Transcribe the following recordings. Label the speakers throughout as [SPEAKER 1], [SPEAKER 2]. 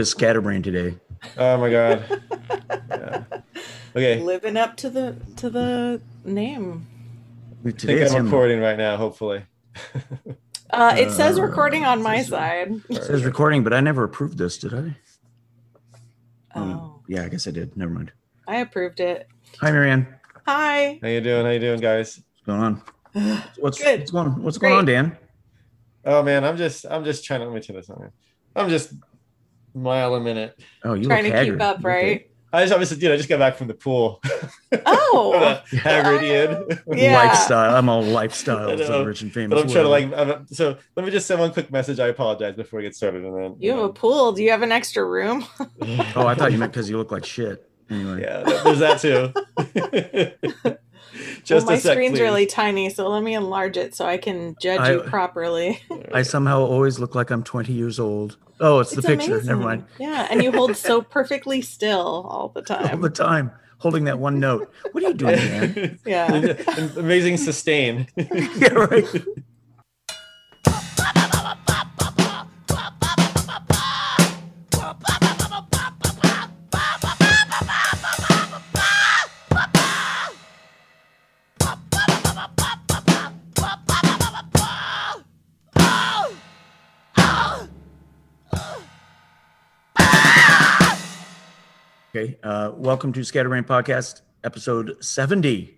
[SPEAKER 1] is scatterbrain today.
[SPEAKER 2] Oh my god. yeah. Okay.
[SPEAKER 3] Living up to the to the name.
[SPEAKER 2] I think
[SPEAKER 1] Today's
[SPEAKER 2] I'm
[SPEAKER 1] him.
[SPEAKER 2] recording right now, hopefully.
[SPEAKER 3] Uh, it says
[SPEAKER 1] Uh,
[SPEAKER 3] recording on my side.
[SPEAKER 1] It says recording, but I never approved this, did I? Hmm. Um,
[SPEAKER 3] Oh,
[SPEAKER 1] Yeah, I guess I did. Never mind.
[SPEAKER 3] I approved it.
[SPEAKER 1] Hi, Marianne.
[SPEAKER 3] Hi.
[SPEAKER 2] How you doing? How you doing, guys?
[SPEAKER 1] What's going on? What's
[SPEAKER 3] Good.
[SPEAKER 1] what's going What's
[SPEAKER 3] Great.
[SPEAKER 1] going on, Dan?
[SPEAKER 2] Oh man, I'm just I'm just trying to let me turn this on. here. I'm just mile a minute.
[SPEAKER 1] Oh, you
[SPEAKER 3] Trying
[SPEAKER 1] look
[SPEAKER 3] to keep
[SPEAKER 1] haggard.
[SPEAKER 3] up,
[SPEAKER 1] You
[SPEAKER 3] right?
[SPEAKER 2] I just obviously dude, I just got back from the pool. uh,
[SPEAKER 3] Oh,
[SPEAKER 2] Haggard
[SPEAKER 1] okay?
[SPEAKER 3] Yeah.
[SPEAKER 1] Lifestyle. I'm all lifestyle.
[SPEAKER 2] I know.
[SPEAKER 1] so rich and famous.
[SPEAKER 2] But I'm trying to
[SPEAKER 1] whatever.
[SPEAKER 2] like I'm, so let me just send one quick message. I apologize before we get started and then
[SPEAKER 3] you have a pool. Do you have an extra room?
[SPEAKER 1] Oh, I thought you meant because you look like shit. Anyway.
[SPEAKER 2] Yeah, th- there's that too. just
[SPEAKER 3] well, my
[SPEAKER 2] a sec,
[SPEAKER 3] screen's
[SPEAKER 2] please.
[SPEAKER 3] really tiny, so let me enlarge it so I can judge
[SPEAKER 1] I-
[SPEAKER 3] you properly.
[SPEAKER 1] I somehow always look like I'm 20 years old. Oh, it's, the picture. Never
[SPEAKER 3] amazing.
[SPEAKER 1] mind. Oh,
[SPEAKER 3] Yeah, and you hold so perfectly still all the
[SPEAKER 1] All
[SPEAKER 3] time.
[SPEAKER 1] the time holding that one note. What are you doing, Dan?
[SPEAKER 3] yeah.
[SPEAKER 2] Amazing sustain.
[SPEAKER 1] yeah, right. Okay. Uh, welcome to Scatterbrain Podcast, episode 70.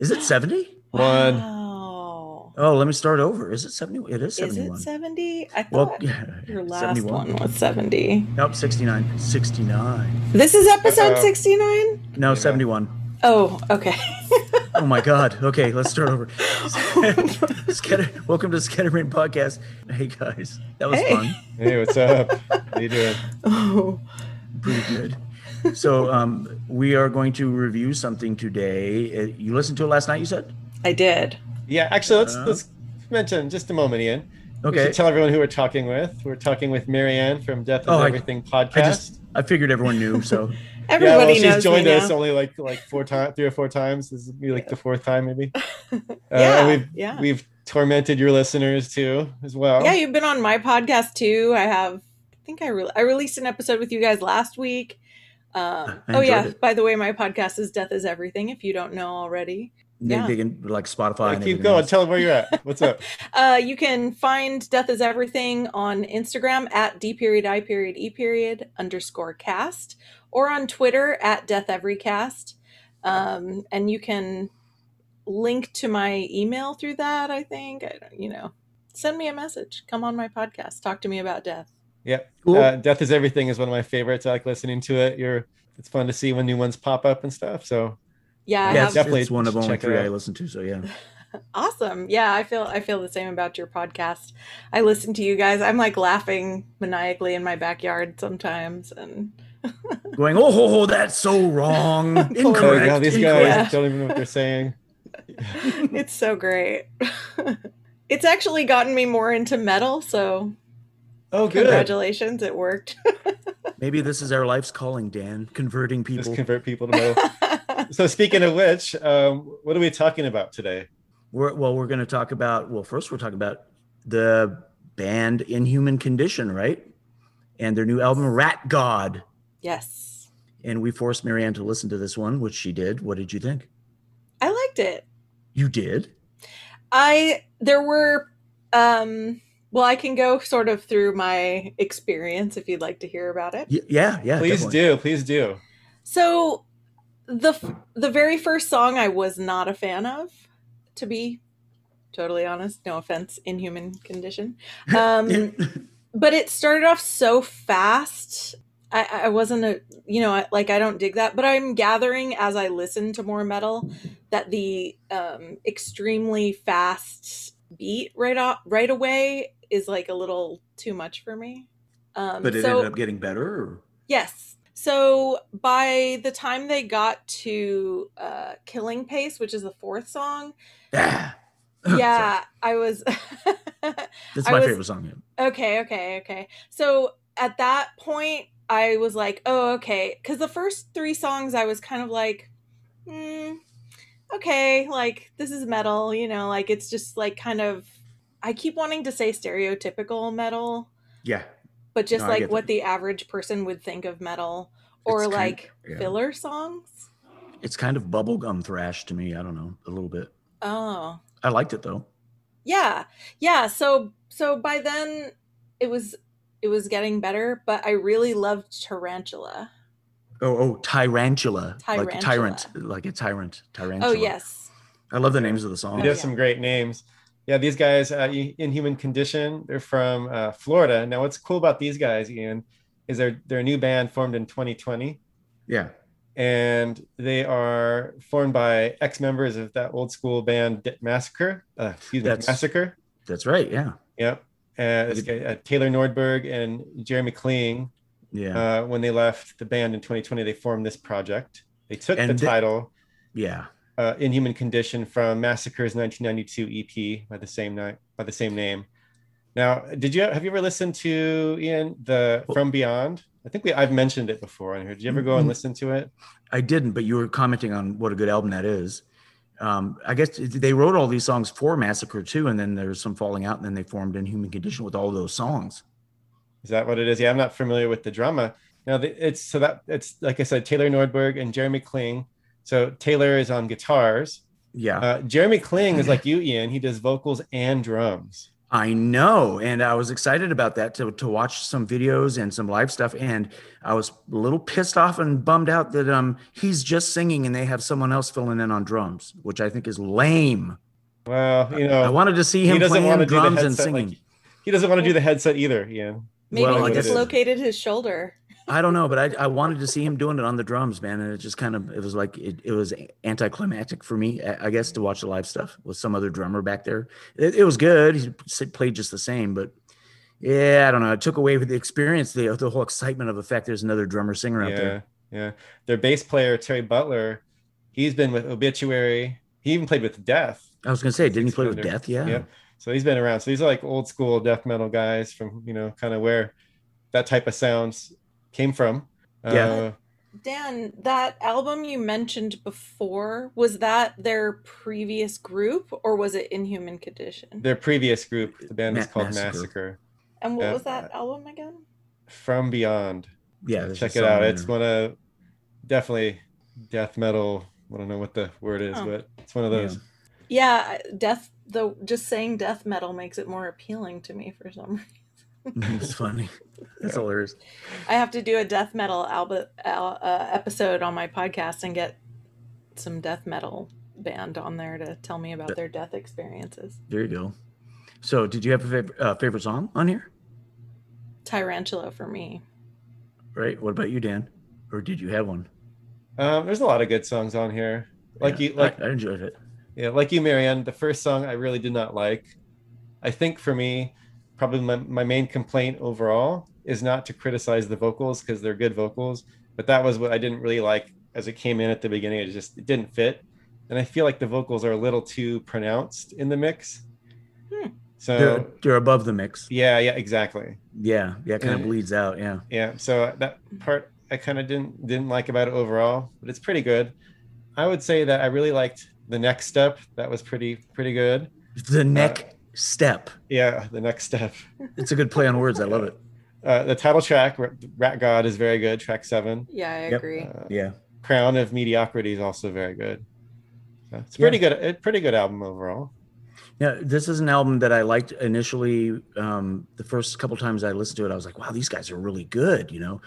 [SPEAKER 1] Is it 70?
[SPEAKER 2] One.
[SPEAKER 3] Wow.
[SPEAKER 1] Oh, let me start over. Is it 70? It is
[SPEAKER 3] Is
[SPEAKER 1] 71.
[SPEAKER 3] it 70? I
[SPEAKER 1] Well,
[SPEAKER 3] thought
[SPEAKER 1] yeah.
[SPEAKER 3] your last one was 70.
[SPEAKER 1] Nope, 69. 69.
[SPEAKER 3] This is episode
[SPEAKER 2] Uh-oh.
[SPEAKER 3] 69?
[SPEAKER 1] No,
[SPEAKER 2] Yeah.
[SPEAKER 1] 71.
[SPEAKER 3] Oh, okay.
[SPEAKER 1] Oh my God. Okay, let's start over. Scatter- welcome to Scatterbrain Podcast. Hey, guys. That was
[SPEAKER 3] Hey.
[SPEAKER 1] fun.
[SPEAKER 2] Hey, what's up? How you doing?
[SPEAKER 3] oh.
[SPEAKER 1] Pretty good. So, um, we are going to review something today. Uh, You listened to it last night, you said?
[SPEAKER 3] I did.
[SPEAKER 2] Yeah, actually, let's
[SPEAKER 1] Uh,
[SPEAKER 2] let's mention just a moment, Ian. We
[SPEAKER 1] Okay.
[SPEAKER 2] should tell everyone who we're talking with. We're talking with Marianne from Death and
[SPEAKER 1] Oh, I-
[SPEAKER 2] Everything
[SPEAKER 1] I
[SPEAKER 2] podcast.
[SPEAKER 1] just, I figured everyone knew. So,
[SPEAKER 2] yeah, well,
[SPEAKER 3] Everybody
[SPEAKER 2] she's
[SPEAKER 3] knows
[SPEAKER 2] joined
[SPEAKER 3] me
[SPEAKER 2] us Uh,
[SPEAKER 3] now.
[SPEAKER 2] only like like four times, three or four times. This is be like the fourth time, maybe. Uh,
[SPEAKER 3] Yeah,
[SPEAKER 2] and we've
[SPEAKER 3] yeah.
[SPEAKER 2] we've tormented your listeners too, as well.
[SPEAKER 3] Yeah, you've been on my podcast too. I have I think I re- I released an episode with you guys last week. Um,
[SPEAKER 1] I
[SPEAKER 3] oh
[SPEAKER 1] enjoyed
[SPEAKER 3] yeah,
[SPEAKER 1] it.
[SPEAKER 3] by the way, my podcast is Death is Everything if you don't know already.
[SPEAKER 1] they,
[SPEAKER 3] Yeah.
[SPEAKER 1] they can like Spotify.
[SPEAKER 2] Yeah,
[SPEAKER 1] and
[SPEAKER 2] keep
[SPEAKER 1] everything
[SPEAKER 2] going.
[SPEAKER 1] else.
[SPEAKER 2] Tell them where you're at. What's up?
[SPEAKER 3] Uh, you can find Death is Everything on Instagram at D period I period E period underscore cast or on Twitter at Death Every Cast. Um, and you can link to my email through that, I think. I don't, you know, send me a message. Come on my podcast. Talk to me about death.
[SPEAKER 2] Yep.
[SPEAKER 1] Cool.
[SPEAKER 2] Uh, Death is Everything is one of my favorites. I like listening to it. You're it's fun to see when new ones pop up and stuff. So
[SPEAKER 3] Yeah, I
[SPEAKER 1] yeah,
[SPEAKER 3] have
[SPEAKER 1] it's,
[SPEAKER 2] Definitely
[SPEAKER 1] it's one of only
[SPEAKER 2] check it
[SPEAKER 1] three
[SPEAKER 2] out.
[SPEAKER 1] I listen to. So, yeah.
[SPEAKER 3] Awesome. Yeah, I feel I feel the same about your podcast. I listen to you guys. I'm like laughing maniacally in my backyard sometimes and
[SPEAKER 1] going, oh, ho, ho, that's so wrong.
[SPEAKER 3] Correct.
[SPEAKER 1] Incorrect.
[SPEAKER 2] Oh, yeah, these guys
[SPEAKER 1] incorrect."
[SPEAKER 3] Yeah.
[SPEAKER 2] don't even know what they're saying.
[SPEAKER 3] it's so great. it's actually gotten me more into metal, so
[SPEAKER 2] Oh, good.
[SPEAKER 3] congratulations, it worked.
[SPEAKER 1] Maybe this is our life's calling, Dan, converting
[SPEAKER 2] Just
[SPEAKER 1] people.
[SPEAKER 2] convert people to metal. so speaking of which, um, what are we talking about today?
[SPEAKER 1] we're, well, we're going to talk about, well, first we're talking about the band Inhuman Condition, right? And their new album, Rat God.
[SPEAKER 3] yes.
[SPEAKER 1] And we forced Marianne to listen to this one, which she did. What did you think?
[SPEAKER 3] I liked it.
[SPEAKER 1] You did?
[SPEAKER 3] I there were um well, I can go sort of through my experience if you'd like to hear about it.
[SPEAKER 1] Y- yeah, yeah.
[SPEAKER 2] Please
[SPEAKER 1] definitely.
[SPEAKER 2] do, please do.
[SPEAKER 3] So the f- the very first song I was not a fan of, to be totally honest. No offense, Inhuman Condition. Um, but it started off so fast. I, I wasn't a you know I- like I don't dig that. But I'm gathering as I listen to more metal that the um, extremely fast beat right off right away is like a little too much for me. Um,
[SPEAKER 1] But it
[SPEAKER 3] so-
[SPEAKER 1] ended up getting better. Or?
[SPEAKER 3] Yes. So by the time they got to uh, Killing Pace, which is the fourth song,
[SPEAKER 1] Ah. Sorry.
[SPEAKER 3] yeah, I was.
[SPEAKER 1] That's
[SPEAKER 3] I
[SPEAKER 1] my
[SPEAKER 3] was-
[SPEAKER 1] favorite song. yeah.
[SPEAKER 3] okay, okay, okay. So at that point, I was like, oh, okay. Because the first three songs, I was kind of like, hmm, okay, like this is metal, you know, like it's just like kind of. I keep wanting to say stereotypical metal,
[SPEAKER 1] Yeah.
[SPEAKER 3] but just
[SPEAKER 1] No, I
[SPEAKER 3] like
[SPEAKER 1] get
[SPEAKER 3] what
[SPEAKER 1] that.
[SPEAKER 3] the average person would think of metal or
[SPEAKER 1] It's kind-
[SPEAKER 3] like
[SPEAKER 1] yeah.
[SPEAKER 3] filler songs.
[SPEAKER 1] It's kind of bubblegum thrash to me. I don't know, a little bit.
[SPEAKER 3] Oh.
[SPEAKER 1] I liked it though.
[SPEAKER 3] Yeah. Yeah, so so by then it was it was getting better, but I really loved Tarantula.
[SPEAKER 1] Oh, oh, Tyrantula. Like
[SPEAKER 3] Tyrantula.
[SPEAKER 1] tyrant, like a tyrant. Tyrantula.
[SPEAKER 3] Oh yes.
[SPEAKER 1] I love the names of the songs.
[SPEAKER 2] You
[SPEAKER 3] Oh,
[SPEAKER 2] have
[SPEAKER 3] yeah.
[SPEAKER 2] some great names. Yeah, these guys, uh, I- Inhuman Condition, they're from uh, Florida. Now, what's cool about these guys, Ian, is they're they're a new band formed in 2020,
[SPEAKER 1] Yeah.
[SPEAKER 2] and they are formed by ex-members of that old school band De- Massacre. Uh, excuse me,
[SPEAKER 1] That's-
[SPEAKER 2] Massacre.
[SPEAKER 1] That's right. Yeah.
[SPEAKER 2] Yep. Uh, this guy, uh, Taylor Nordberg and Jeremy Kling.
[SPEAKER 1] Yeah.
[SPEAKER 2] Uh, when they left the band in 2020, they formed this project. They took
[SPEAKER 1] And
[SPEAKER 2] the
[SPEAKER 1] thi-
[SPEAKER 2] title
[SPEAKER 1] yeah.
[SPEAKER 2] uh, Inhuman Condition from Massacre's 1992 EP by the same night by the same name. Now, did you have you ever listened to Ian the From Beyond? I think we I've mentioned it before on here. Did you ever go and
[SPEAKER 1] Mhm.
[SPEAKER 2] listen to it?
[SPEAKER 1] I didn't, but you were commenting on what a good album that is. Um, I guess they wrote all these songs for Massacre too, and then there's some falling out, and then they formed Inhuman Condition with all those songs.
[SPEAKER 2] Is that what it is? Yeah, I'm not familiar with the drama. Now the, it's so that it's like I said, Taylor Nordberg and Jeremy Kling. So Taylor is on guitars.
[SPEAKER 1] Yeah,
[SPEAKER 2] Uh, Jeremy Kling is like you, Ian. He does vocals and drums.
[SPEAKER 1] I know, and I was excited about that to to watch some videos and some live stuff, and I was a little pissed off and bummed out that um he's just singing and they have someone else filling in on drums, which I think is lame.
[SPEAKER 2] Well, you
[SPEAKER 1] I
[SPEAKER 2] know,
[SPEAKER 1] wanted to see
[SPEAKER 2] he
[SPEAKER 1] him
[SPEAKER 2] doesn't want
[SPEAKER 1] playing
[SPEAKER 2] to do the
[SPEAKER 1] drums and
[SPEAKER 2] headset.
[SPEAKER 1] singing.
[SPEAKER 2] Like, he doesn't want to do the headset either, Ian.
[SPEAKER 3] Maybe
[SPEAKER 1] Well, I
[SPEAKER 3] he
[SPEAKER 1] guess-
[SPEAKER 3] dislocated his shoulder.
[SPEAKER 1] I don't know, but I, I wanted to see him doing it on the drums, man. And it just kind of it was like it, it was anticlimactic for me, I I guess, to watch the live stuff with some other drummer back there. It, it was good. He s- played just the same, but yeah, I don't know. It took away the experience, the the whole excitement of the fact there's another drummer singer out
[SPEAKER 2] yeah,
[SPEAKER 1] there.
[SPEAKER 2] Yeah. Their bass player, Terry Butler, he's been with Obituary. He even played with Death.
[SPEAKER 1] I was gonna say, didn't he
[SPEAKER 2] Six
[SPEAKER 1] play with
[SPEAKER 2] Thunder.
[SPEAKER 1] Death? Yeah.
[SPEAKER 2] Yep. So he's been around. So these are like old school death metal guys from, you know, kind of where that type of sounds came from.
[SPEAKER 1] Yeah.
[SPEAKER 2] Uh,
[SPEAKER 3] Dan, that album you mentioned before, was that their previous group or was it Inhuman Condition?
[SPEAKER 2] their previous group, the band is
[SPEAKER 1] Ma-
[SPEAKER 2] called
[SPEAKER 1] Massacre.
[SPEAKER 2] Massacre.
[SPEAKER 3] and what
[SPEAKER 2] yeah.
[SPEAKER 3] was that album again?
[SPEAKER 2] From Beyond.
[SPEAKER 1] Yeah. there's
[SPEAKER 2] Check
[SPEAKER 1] a
[SPEAKER 2] it out.
[SPEAKER 1] song in
[SPEAKER 2] It's
[SPEAKER 1] there.
[SPEAKER 2] one of definitely death metal. I don't know what the word is,
[SPEAKER 3] Oh.
[SPEAKER 2] but it's one of those.
[SPEAKER 1] Yeah.
[SPEAKER 3] Yeah, death the just saying death metal makes it more appealing to me for some reason.
[SPEAKER 1] it's funny. That's
[SPEAKER 2] Yeah.
[SPEAKER 1] hilarious.
[SPEAKER 3] I have to do a death metal album uh, episode on my podcast and get some death metal band on there to tell me about their death experiences.
[SPEAKER 1] There you go. So, did you have a favorite, uh, favorite song on here?
[SPEAKER 3] Tarantula for me.
[SPEAKER 1] Right. What about you, Dan? Or did you have one?
[SPEAKER 2] Um, there's a lot of good songs on here. Like
[SPEAKER 1] Yeah,
[SPEAKER 2] you, like
[SPEAKER 1] I, I enjoyed it.
[SPEAKER 2] Yeah, like you, Marianne, the first song I really did not like. I think for me, probably my, my main complaint overall is not to criticize the vocals because they're good vocals, but that was what I didn't really like as it came in at the beginning. It just it didn't fit. And I feel like the vocals are a little too pronounced in the mix.
[SPEAKER 3] Hmm.
[SPEAKER 2] So,
[SPEAKER 1] they're, they're above the mix.
[SPEAKER 2] yeah, yeah, exactly.
[SPEAKER 1] Yeah, yeah, kind of
[SPEAKER 2] Yeah.
[SPEAKER 1] bleeds out. Yeah,
[SPEAKER 2] Yeah, so that part I kind of didn't didn't like about it overall, but it's pretty good. I would say that I really liked the next step. That was pretty pretty good.
[SPEAKER 1] the neck step.
[SPEAKER 2] Yeah, the next step.
[SPEAKER 1] It's a good play on words. I love it.
[SPEAKER 2] Uh, the title track, Ra- Rat God, is very good. Track seven.
[SPEAKER 3] Yeah, I
[SPEAKER 1] Yep.
[SPEAKER 3] agree.
[SPEAKER 2] Uh,
[SPEAKER 1] Yeah,
[SPEAKER 2] Crown of Mediocrity is also very good. So it's a pretty good. A pretty good album overall.
[SPEAKER 1] yeah. This is an album that I liked initially. Um, the first couple times I listened to it, I was like, "Wow, these guys are really good," you know.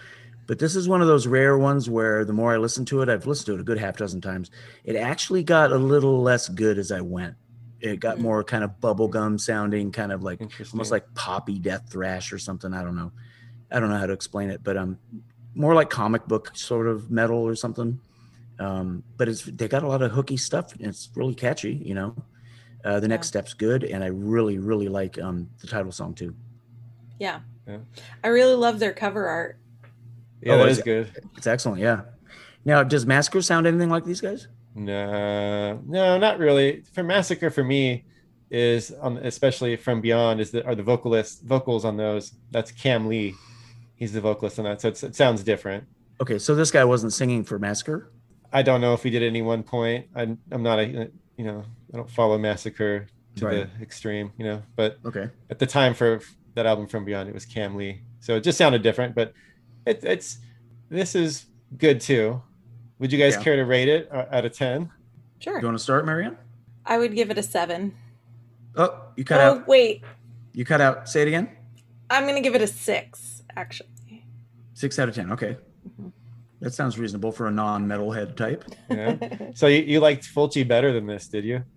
[SPEAKER 1] But this is one of those rare ones where the more I listen to it, I've listened to it a good half dozen times. It actually got a little less good as I went. It got
[SPEAKER 3] Mm.
[SPEAKER 1] more kind of bubblegum sounding, kind of like
[SPEAKER 2] Interesting.
[SPEAKER 1] almost like poppy death thrash or something. I don't know. I don't know how to explain it, but um, more like comic book sort of metal or something. Um, but it's they got a lot of hooky stuff and it's really catchy. You know, uh, the next step's good, and I really really like um the title song too.
[SPEAKER 3] Yeah.
[SPEAKER 2] Yeah.
[SPEAKER 3] I really love their cover art.
[SPEAKER 2] yeah,
[SPEAKER 1] Oh,
[SPEAKER 2] that
[SPEAKER 1] is
[SPEAKER 2] is good.
[SPEAKER 1] It's excellent. Yeah. Now, does Massacre sound anything like these guys?
[SPEAKER 2] No, no, not really. For Massacre, for me, is on especially from Beyond is the are the vocalists vocals on those. That's Cam Lee. He's the vocalist on that, so it's, it sounds different.
[SPEAKER 1] Okay, so this guy wasn't singing for Massacre.
[SPEAKER 2] I don't know if he did at any one point. I'm, I'm not a you know I don't follow Massacre to
[SPEAKER 1] Right.
[SPEAKER 2] the extreme, you know. But
[SPEAKER 1] Okay.
[SPEAKER 2] at the time for that album from Beyond, it was Cam Lee. So it just sounded different, but it, it's this is good too. Would you guys
[SPEAKER 1] Yeah.
[SPEAKER 2] care to rate it uh, out of ten?
[SPEAKER 1] You
[SPEAKER 3] Sure.
[SPEAKER 1] want to start, Marianne?
[SPEAKER 3] I would give it a seven.
[SPEAKER 1] Oh, you cut
[SPEAKER 3] Oh,
[SPEAKER 1] out.
[SPEAKER 3] wait.
[SPEAKER 1] You cut out. Say it again.
[SPEAKER 3] I'm going to give it a six, actually.
[SPEAKER 1] Six out of ten. Okay,
[SPEAKER 3] Mhm.
[SPEAKER 1] that sounds reasonable for a non-metalhead type.
[SPEAKER 2] Yeah. so you, you liked Fulci better than this, did you?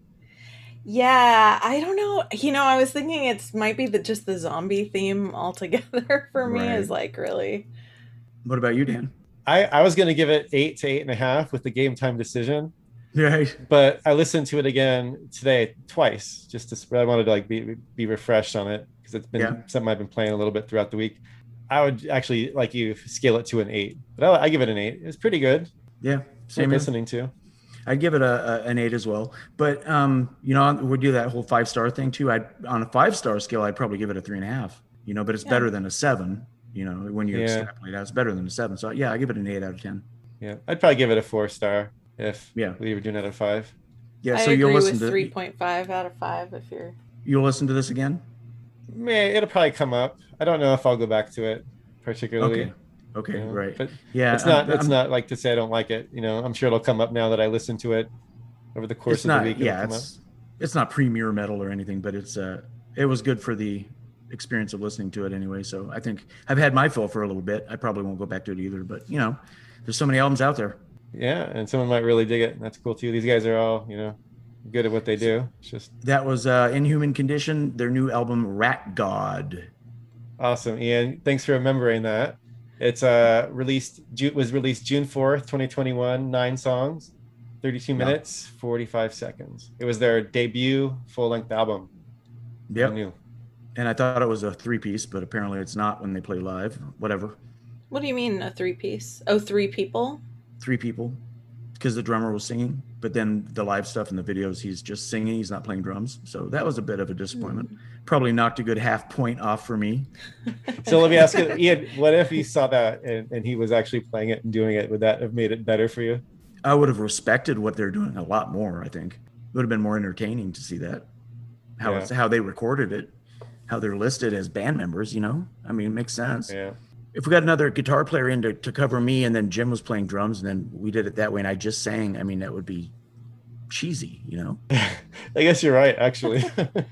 [SPEAKER 3] Yeah, I don't know. You know, I was thinking it's might be the just the zombie theme altogether for me
[SPEAKER 1] Right.
[SPEAKER 3] is like really.
[SPEAKER 1] What about you, Dan?
[SPEAKER 2] I, I was gonna give it eight to eight and a half with the game time decision.
[SPEAKER 1] Right.
[SPEAKER 2] but I listened to it again today twice just to but I wanted to like be be refreshed on it because it's been
[SPEAKER 1] Yeah.
[SPEAKER 2] something I've been playing a little bit throughout the week. I would actually like you scale it to an eight, but I, I give it an eight. It was pretty good.
[SPEAKER 1] Yeah.
[SPEAKER 2] Same
[SPEAKER 1] Same. here.
[SPEAKER 2] listening to.
[SPEAKER 1] I'd give it a, a an eight as well. But um, you know, we do that whole five star thing too. I would on a five star scale, I'd probably give it a three and a half. You know, but it's
[SPEAKER 3] Yeah.
[SPEAKER 1] better than a seven. You know, when you
[SPEAKER 2] Yeah.
[SPEAKER 1] extrapolate out, it's better than a seven. So yeah, I give it an eight out of ten.
[SPEAKER 2] Yeah, I'd probably give it a four star if
[SPEAKER 1] Yeah.
[SPEAKER 2] we were doing out of five.
[SPEAKER 1] Yeah.
[SPEAKER 3] I
[SPEAKER 1] so
[SPEAKER 3] agree
[SPEAKER 1] you'll listen
[SPEAKER 3] with
[SPEAKER 1] to
[SPEAKER 3] three point five out of five if you're
[SPEAKER 1] you'll listen to this again.
[SPEAKER 2] May it'll probably come up. I don't know if I'll go back to it particularly.
[SPEAKER 1] Okay. Okay.
[SPEAKER 2] you know,
[SPEAKER 1] Right.
[SPEAKER 2] But
[SPEAKER 1] yeah.
[SPEAKER 2] it's
[SPEAKER 1] I'm-
[SPEAKER 2] not. it's
[SPEAKER 1] I'm-
[SPEAKER 2] not like to say I don't like it. You know, I'm sure it'll come up now that I listen to it over the course
[SPEAKER 1] it's
[SPEAKER 2] of
[SPEAKER 1] not.
[SPEAKER 2] the week. it'll
[SPEAKER 1] yeah.
[SPEAKER 2] come up.
[SPEAKER 1] It's it's not premier metal or anything, but it's uh, it was good for the experience of listening to it anyway. So I think I've had my fill for a little bit. I probably won't go back to it either. But you know, there's so many albums out there.
[SPEAKER 2] Yeah, and someone might really dig it. And that's cool too. These guys are all, you know, good at what they do. It's just
[SPEAKER 1] That was uh, Inhuman Condition, their new album Rat God.
[SPEAKER 2] awesome. Ian, thanks for remembering that. It's uh released Ju- was released June 4th, 2021, nine songs, 32
[SPEAKER 1] Yeah.
[SPEAKER 2] minutes, 45 seconds. It was their debut full-length album.
[SPEAKER 1] Yep.
[SPEAKER 2] Who knew?
[SPEAKER 1] And I thought it was a three piece, but apparently it's not when they play live. Whatever.
[SPEAKER 3] What do you mean a three piece? Oh, three people?
[SPEAKER 1] Three people. Because the drummer was singing, but then the live stuff in the videos, he's just singing. He's not playing drums. So that was a bit of a disappointment.
[SPEAKER 2] Mm.
[SPEAKER 1] Probably knocked a good half point off for me.
[SPEAKER 2] So let me ask you, Ian, what if you saw that and, and he was actually playing it and doing it? Would that have made it better for you?
[SPEAKER 1] I would have respected what they're doing a lot more, I think. It would have been more entertaining to see that. How
[SPEAKER 2] Yeah.
[SPEAKER 1] it's, how they recorded it, how they're listed as band members, you know? I mean, it makes sense.
[SPEAKER 2] Yeah.
[SPEAKER 1] if we got another guitar player in to, to cover me and then Jim was playing drums and then we did it that way and I just sang, I mean, that would be cheesy, you know?
[SPEAKER 2] I guess you're right, actually.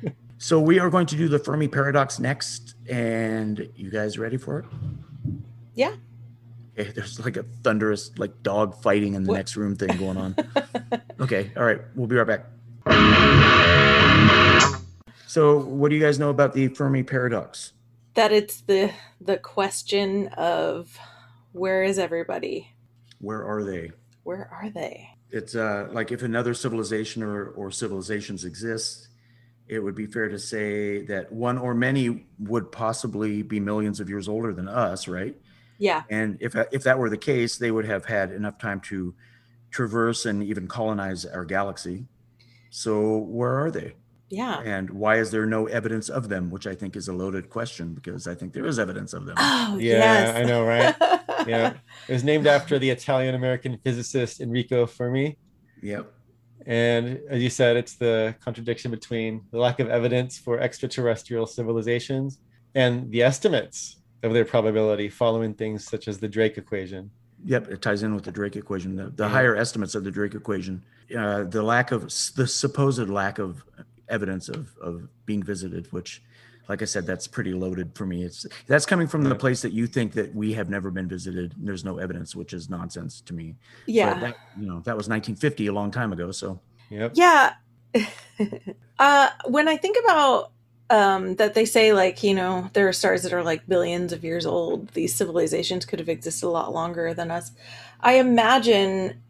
[SPEAKER 1] So we are going to do the Fermi paradox next. And you guys ready for it?
[SPEAKER 3] Yeah.
[SPEAKER 1] Okay, there's like a thunderous, like dog fighting in the
[SPEAKER 3] What?
[SPEAKER 1] next room thing going on. okay, all right, we'll be right back. So, what do you guys know about the Fermi paradox?
[SPEAKER 3] That it's the the question of where is everybody?
[SPEAKER 1] Where are they?
[SPEAKER 3] Where are they?
[SPEAKER 1] it's uh, like if another civilization or, or civilizations exist, it would be fair to say that one or many would possibly be millions of years older than us, right?
[SPEAKER 3] Yeah.
[SPEAKER 1] And if if that were the case, they would have had enough time to traverse and even colonize our galaxy. So where are they?
[SPEAKER 3] Yeah.
[SPEAKER 1] And why is there no evidence of them? Which I think is a loaded question because I think there is evidence of them.
[SPEAKER 3] Oh,
[SPEAKER 2] yeah,
[SPEAKER 3] yes.
[SPEAKER 2] I know, right? Yeah. It was named after the Italian American physicist Enrico Fermi.
[SPEAKER 1] Yep.
[SPEAKER 2] And as you said, it's the contradiction between the lack of evidence for extraterrestrial civilizations and the estimates of their probability following things such as the Drake equation.
[SPEAKER 1] Yep, it ties in with the Drake equation. The, the
[SPEAKER 2] Yeah.
[SPEAKER 1] higher estimates of the Drake equation, uh, the lack of the supposed lack of evidence of of being visited, which, like I said, that's pretty loaded for me. It's that's coming from the
[SPEAKER 2] Yeah.
[SPEAKER 1] place that you think that we have never been visited. And there's no evidence, which is nonsense to me. But
[SPEAKER 3] yeah.
[SPEAKER 1] that, you know that was 1950, a long time ago. So
[SPEAKER 2] Yep.
[SPEAKER 3] Yeah. uh, when I think about um, that, they say, like, you know, there are stars that are like billions of years old. These civilizations could have existed a lot longer than us. I imagine,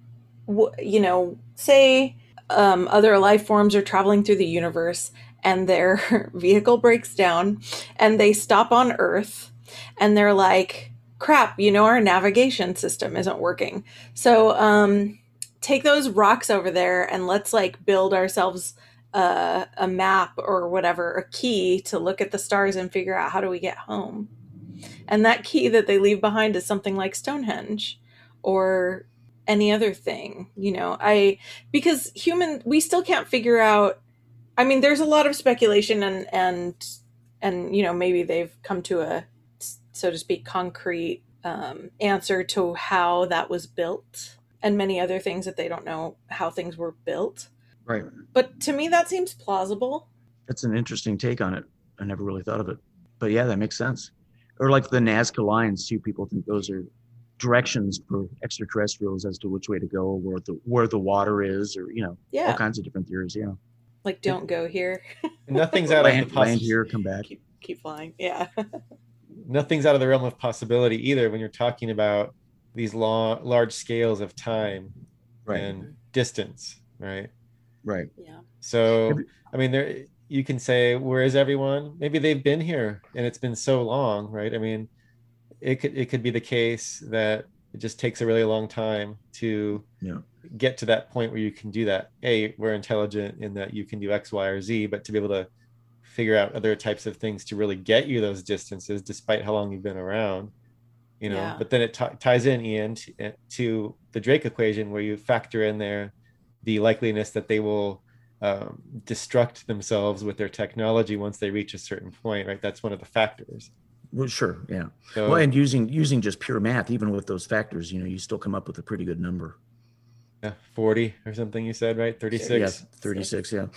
[SPEAKER 3] w- you know, say um, other life forms are traveling through the universe and their vehicle breaks down and they stop on Earth and they're like, crap, you know, our navigation system isn't working. So, um, take those rocks over there and let's like build ourselves uh, a map or whatever, a key to look at the stars and figure out how do we get home. And that key that they leave behind is something like Stonehenge or any other thing, you know. I because human we still can't figure out I mean there's a lot of speculation and and and you know maybe they've come to a so to speak, concrete um, answer to how that was built and many other things that they don't know how things were built.
[SPEAKER 1] Right.
[SPEAKER 3] But to me, that seems plausible.
[SPEAKER 1] That's an interesting take on it. I never really thought of it. But yeah, that makes sense. Or like the Nazca lines too. People think those are directions for extraterrestrials as to which way to go, where the where the water is, or you know,
[SPEAKER 3] Yeah.
[SPEAKER 1] all kinds of different theories. Yeah,
[SPEAKER 3] Like, don't go here.
[SPEAKER 2] Nothing's out of
[SPEAKER 1] land,
[SPEAKER 2] the
[SPEAKER 1] land
[SPEAKER 2] possi-
[SPEAKER 1] here, come back.
[SPEAKER 3] Keep keep flying. Yeah.
[SPEAKER 2] nothing's out of the realm of possibility either when you're talking about these long, large scales of time
[SPEAKER 1] Right,
[SPEAKER 2] and distance, right?
[SPEAKER 1] right.
[SPEAKER 3] Yeah.
[SPEAKER 2] So,
[SPEAKER 1] Have you-
[SPEAKER 2] I mean, there you can say, "Where is everyone?" Maybe they've been here and it's been so long, right? I mean, it could it could be the case that it just takes a really long time to
[SPEAKER 1] Yeah.
[SPEAKER 2] get to that point where you can do that. Hey, we're intelligent in that you can do X, Y, or Z, but to be able to figure out other types of things to really get you those distances, despite how long you've been around, you know.
[SPEAKER 3] Yeah.
[SPEAKER 2] But then it ti- ties in Ian to, to the Drake equation where you factor in there the likeliness that they will um, destruct themselves with their technology once they reach a certain point, right? That's one of the factors.
[SPEAKER 1] Well, sure. Yeah.
[SPEAKER 2] So,
[SPEAKER 1] Well, and using using just pure math, even with those factors, you know, you still come up with a pretty good number.
[SPEAKER 2] yeah, 40 or something you said, right? 36.
[SPEAKER 1] Yeah, 36. Yeah.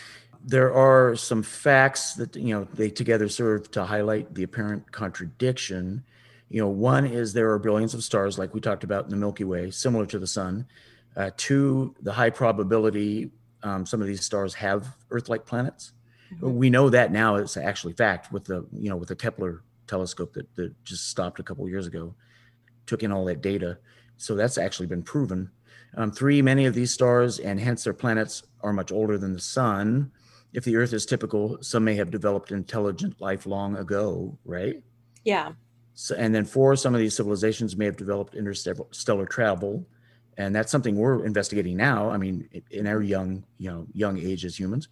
[SPEAKER 1] There are some facts that, you know, they together serve to highlight the apparent contradiction. You know, one is there are billions of stars, like we talked about in the Milky Way, similar to the sun. Uh, two, the high probability um, some of these stars have Earth like planets.
[SPEAKER 3] Mhm.
[SPEAKER 1] Uh, We know that now it's actually fact with the, you know, with the Kepler telescope that, that just stopped a couple years ago, took in all that data. So that's actually been proven. Um, three, many of these stars and hence their planets are much older than the sun. If the Earth is typical, some may have developed intelligent life long ago, right?
[SPEAKER 3] Yeah.
[SPEAKER 1] So, and then four, some of these civilizations may have developed interstellar travel, and that's something we're investigating now. I mean, i- in our young, you know, young age as humans.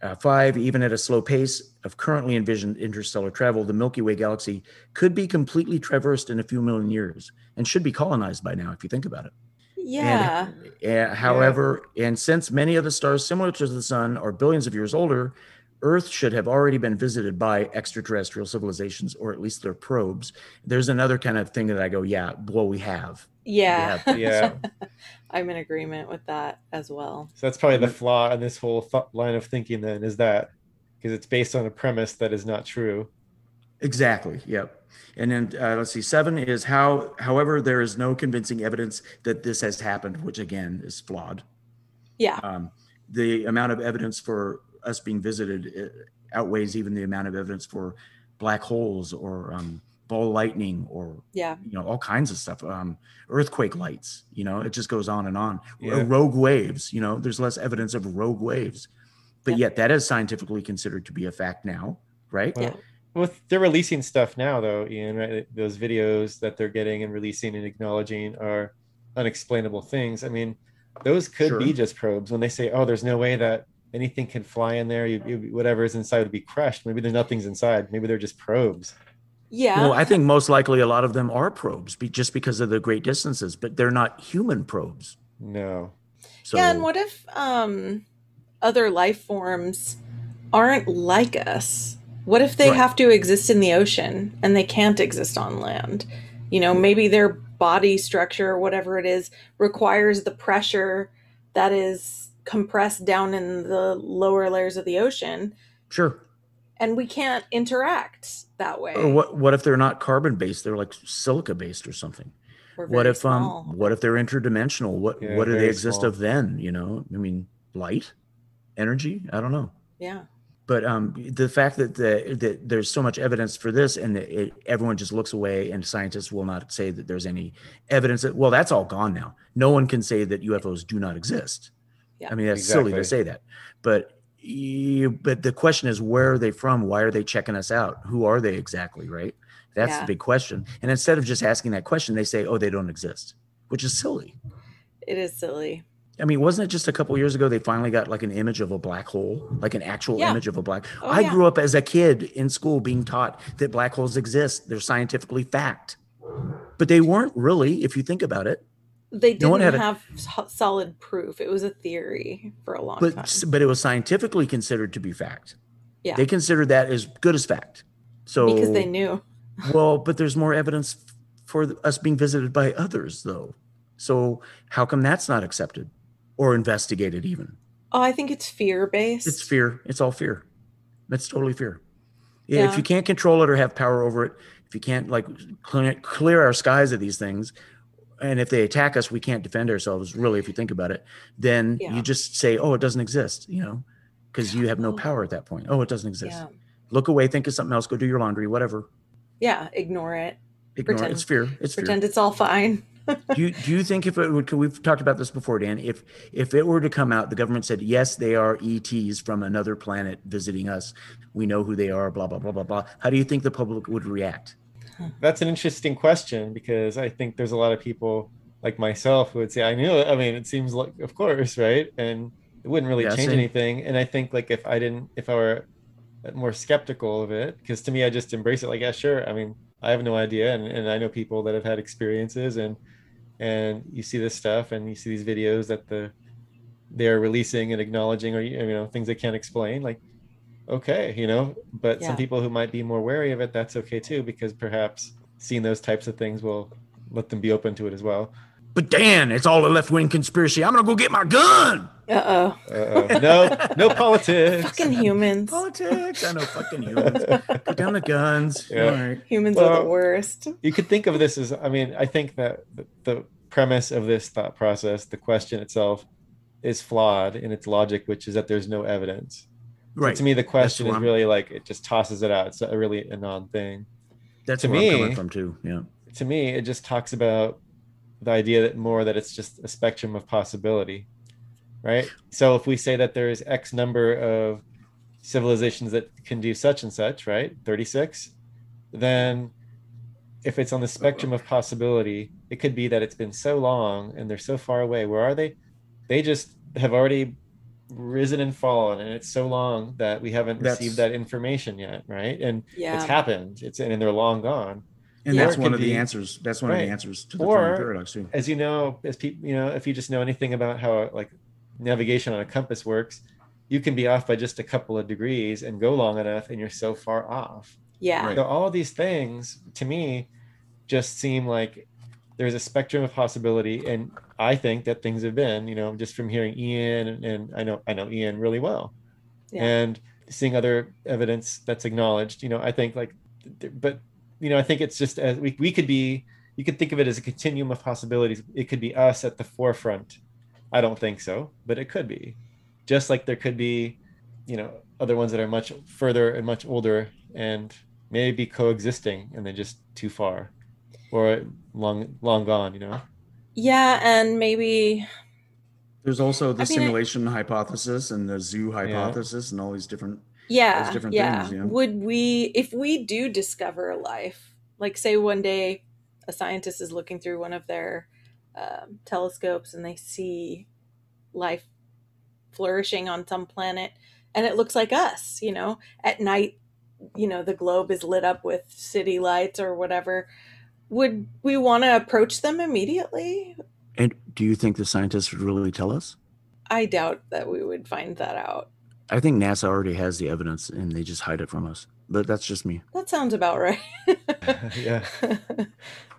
[SPEAKER 1] Uh, five, even at a slow pace of currently envisioned interstellar travel, the Milky Way galaxy could be completely traversed in a few million years and should be colonized by now, if you think about it.
[SPEAKER 3] Yeah.
[SPEAKER 1] Uh, however, and since many of the stars similar to the sun are billions of years older, Earth should have already been visited by extraterrestrial civilizations or at least their probes. There's another kind of thing that I go, yeah, well, we have. We
[SPEAKER 3] yeah.
[SPEAKER 1] have.
[SPEAKER 2] Yeah.
[SPEAKER 3] I'm in agreement with that as well.
[SPEAKER 2] So that's probably the flaw in this whole th- line of thinking, then, is that because it's based on a premise that is not true.
[SPEAKER 1] Exactly. Yep. And then uh, let's see. Seven is how. However, there is no convincing evidence that this has happened, which again is flawed.
[SPEAKER 3] Yeah.
[SPEAKER 1] Um, the amount of evidence for us being visited uh, outweighs even the amount of evidence for black holes or um, ball lightning or
[SPEAKER 3] Yeah.
[SPEAKER 1] you know all kinds of stuff. Um, earthquake lights. You know, it just goes on and on.
[SPEAKER 2] Yeah.
[SPEAKER 1] Rogue waves. You know, there's less evidence of rogue waves, but
[SPEAKER 3] Yeah.
[SPEAKER 1] yet that is scientifically considered to be a fact now, right?
[SPEAKER 2] Well, well, they're releasing stuff now, though, Ian, right? Those videos that they're getting and releasing and acknowledging are unexplainable things. I mean, those could
[SPEAKER 1] Sure.
[SPEAKER 2] be just probes when they say, oh, there's no way that anything can fly in there. You, you, whatever is inside would be crushed. Maybe there's nothing's inside. Maybe they're just probes.
[SPEAKER 3] Yeah.
[SPEAKER 1] Well, I think most likely a lot of them are probes be, just because of the great distances, but they're not human probes.
[SPEAKER 2] No.
[SPEAKER 1] So
[SPEAKER 3] yeah, and what if um other life forms aren't like us? What if they
[SPEAKER 1] Right.
[SPEAKER 3] have to exist in the ocean and they can't exist on land? You know, maybe their body structure or whatever it is requires the pressure that is compressed down in the lower layers of the ocean
[SPEAKER 1] sure.
[SPEAKER 3] and we can't interact that way.
[SPEAKER 1] Or what what if they're not carbon based? They're like silica based or something.
[SPEAKER 3] We're
[SPEAKER 1] What
[SPEAKER 3] very
[SPEAKER 1] if um
[SPEAKER 3] small.
[SPEAKER 1] what if they're interdimensional? What
[SPEAKER 2] Yeah,
[SPEAKER 1] what do
[SPEAKER 2] very
[SPEAKER 1] they exist
[SPEAKER 2] small.
[SPEAKER 1] of then? You know, I mean, light, energy. I don't know.
[SPEAKER 3] Yeah.
[SPEAKER 1] But um, the fact that the that there's so much evidence for this, and that it, everyone just looks away, and scientists will not say that there's any evidence that well, that's all gone now. No one can say that UFOs do not exist.
[SPEAKER 3] Yeah.
[SPEAKER 1] I mean, that's silly
[SPEAKER 2] Exactly.
[SPEAKER 1] to say that, but you, but the question is, where are they from? Why are they checking us out? Who are they exactly? Right? That's
[SPEAKER 3] Yeah.
[SPEAKER 1] the big question. And instead of just asking that question, they say, oh, they don't exist, which is silly.
[SPEAKER 3] It is silly.
[SPEAKER 1] I mean, wasn't it just a couple years ago they finally got like an image of a black hole, like an actual
[SPEAKER 3] Yeah.
[SPEAKER 1] image of a black?
[SPEAKER 3] Oh,
[SPEAKER 1] I
[SPEAKER 3] yeah.
[SPEAKER 1] grew up as a kid in school being taught that black holes exist; they're scientifically fact, but they weren't really, if you think about it.
[SPEAKER 3] They didn't
[SPEAKER 1] No one had a-
[SPEAKER 3] have so- solid proof. It was a theory for a long
[SPEAKER 1] But
[SPEAKER 3] time.
[SPEAKER 1] but it was scientifically considered to be fact.
[SPEAKER 3] Yeah.
[SPEAKER 1] they considered that as good as fact. So
[SPEAKER 3] because they knew.
[SPEAKER 1] Well, but there's more evidence for th- us being visited by others, though. So how come that's not accepted or investigated even?
[SPEAKER 3] Oh, I think it's fear based.
[SPEAKER 1] It's fear. It's all fear. That's totally fear. Yeah,
[SPEAKER 3] Yeah.
[SPEAKER 1] If you can't control it or have power over it, if you can't like clear, clear our skies of these things, and if they attack us, we can't defend ourselves. Really, if you think about it, then
[SPEAKER 3] Yeah.
[SPEAKER 1] you just say, "Oh, it doesn't exist," you know, because you have no
[SPEAKER 3] Oh.
[SPEAKER 1] power at that point. Oh, it doesn't exist.
[SPEAKER 3] Yeah.
[SPEAKER 1] Look away. Think of something else. Go do your laundry. Whatever.
[SPEAKER 3] Yeah. Ignore
[SPEAKER 1] Ignore.
[SPEAKER 3] it.
[SPEAKER 1] it.
[SPEAKER 3] Pretend.
[SPEAKER 1] It's fear. It's fear.
[SPEAKER 3] Pretend it's all fine.
[SPEAKER 1] do you do you think if it would 'cause we've talked about this before dan if if it were to come out the government said yes they are ets from another planet visiting us we know who they are blah blah blah blah blah how do you think the public would react
[SPEAKER 2] That's an interesting question because I think there's a lot of people like myself who would say, I knew it. I mean, it seems like, of course, right? And it wouldn't really
[SPEAKER 1] Yeah,
[SPEAKER 2] change
[SPEAKER 1] same.
[SPEAKER 2] anything. And I think, like, if I didn't, if I were more skeptical of it, because to me, I just embrace it like, yeah, sure. I mean, I have no idea. And, and I know people that have had experiences and, and you see this stuff and you see these videos that the, they're releasing and acknowledging or, you know, things they can't explain. Like, okay, you know, but
[SPEAKER 3] Yeah.
[SPEAKER 2] some people who might be more wary of it, that's okay too, because perhaps seeing those types of things will let them be open to it as well.
[SPEAKER 1] but dan it's all a left-wing conspiracy i'm gonna go get my gun
[SPEAKER 3] Uh oh.
[SPEAKER 2] Uh-oh. No, no politics.
[SPEAKER 3] Fucking humans.
[SPEAKER 1] oh, politics i know fucking humans put down the guns
[SPEAKER 2] Yeah.
[SPEAKER 1] all right
[SPEAKER 3] Humans are
[SPEAKER 2] Well-
[SPEAKER 3] the worst.
[SPEAKER 2] you could think of this as, I mean, I think that the, the premise of this thought process, the question itself, is flawed in its logic, which is that there's no evidence.
[SPEAKER 1] right
[SPEAKER 2] To me, the question
[SPEAKER 1] where
[SPEAKER 2] is
[SPEAKER 1] I'm-
[SPEAKER 2] really like it just tosses it out. It's a really a non thing.
[SPEAKER 1] that's
[SPEAKER 2] to
[SPEAKER 1] where i'm coming
[SPEAKER 2] me-
[SPEAKER 1] from too yeah
[SPEAKER 2] to me it just talks about the idea that more that it's just a spectrum of possibility right so if we say that there is x number of civilizations that can do such and such right 36 then if it's on the spectrum of possibility it could be that it's been so long and they're so far away where are they they just have already risen and fallen and it's so long that we haven't
[SPEAKER 1] That's-
[SPEAKER 2] received that information yet right and it's
[SPEAKER 3] Yeah.
[SPEAKER 2] happened it's and they're long gone
[SPEAKER 1] and
[SPEAKER 3] Yeah.
[SPEAKER 1] that's
[SPEAKER 2] Or it
[SPEAKER 1] one
[SPEAKER 2] could
[SPEAKER 1] of the
[SPEAKER 2] be-
[SPEAKER 1] answers that's one of
[SPEAKER 2] Right.
[SPEAKER 1] the answers to the
[SPEAKER 2] Or-
[SPEAKER 1] Fermi paradox too
[SPEAKER 2] as you know, as people, you know, if you just know anything about how like navigation on a compass works, you can be off by just a couple of degrees and go long enough, and you're so far off.
[SPEAKER 3] Yeah.
[SPEAKER 1] Right.
[SPEAKER 2] So all these things to me just seem like there's a spectrum of possibility, and I think that things have been, you know, just from hearing Ian, and, and I know I know Ian really well,
[SPEAKER 3] Yeah.
[SPEAKER 2] and seeing other evidence that's acknowledged, you know, I think like, th- but you know, I think it's just as we we could be, you could think of it as a continuum of possibilities. It could be us at the forefront. I don't think so, but it could be, just like there could be, you know, other ones that are much further and much older and maybe coexisting and they're just too far or long long gone you know
[SPEAKER 3] Yeah, and maybe
[SPEAKER 1] there's also the
[SPEAKER 3] I mean, I-
[SPEAKER 1] simulation hypothesis and the zoo hypothesis and all these different
[SPEAKER 3] yeah,
[SPEAKER 1] There's different
[SPEAKER 3] yeah.
[SPEAKER 1] things, yeah.
[SPEAKER 3] Would we if we do discover life, like say one day a scientist is looking through one of their um, telescopes and they see life flourishing on some planet and it looks like us, you know, at night, you know, the globe is lit up with city lights or whatever. Would we want to approach them immediately?
[SPEAKER 1] And do you think the scientists would really tell us?
[SPEAKER 3] I doubt that we would find that out.
[SPEAKER 1] I think NASA already has the evidence and they just hide it from us. But that's just me.
[SPEAKER 3] That sounds about right.
[SPEAKER 2] yeah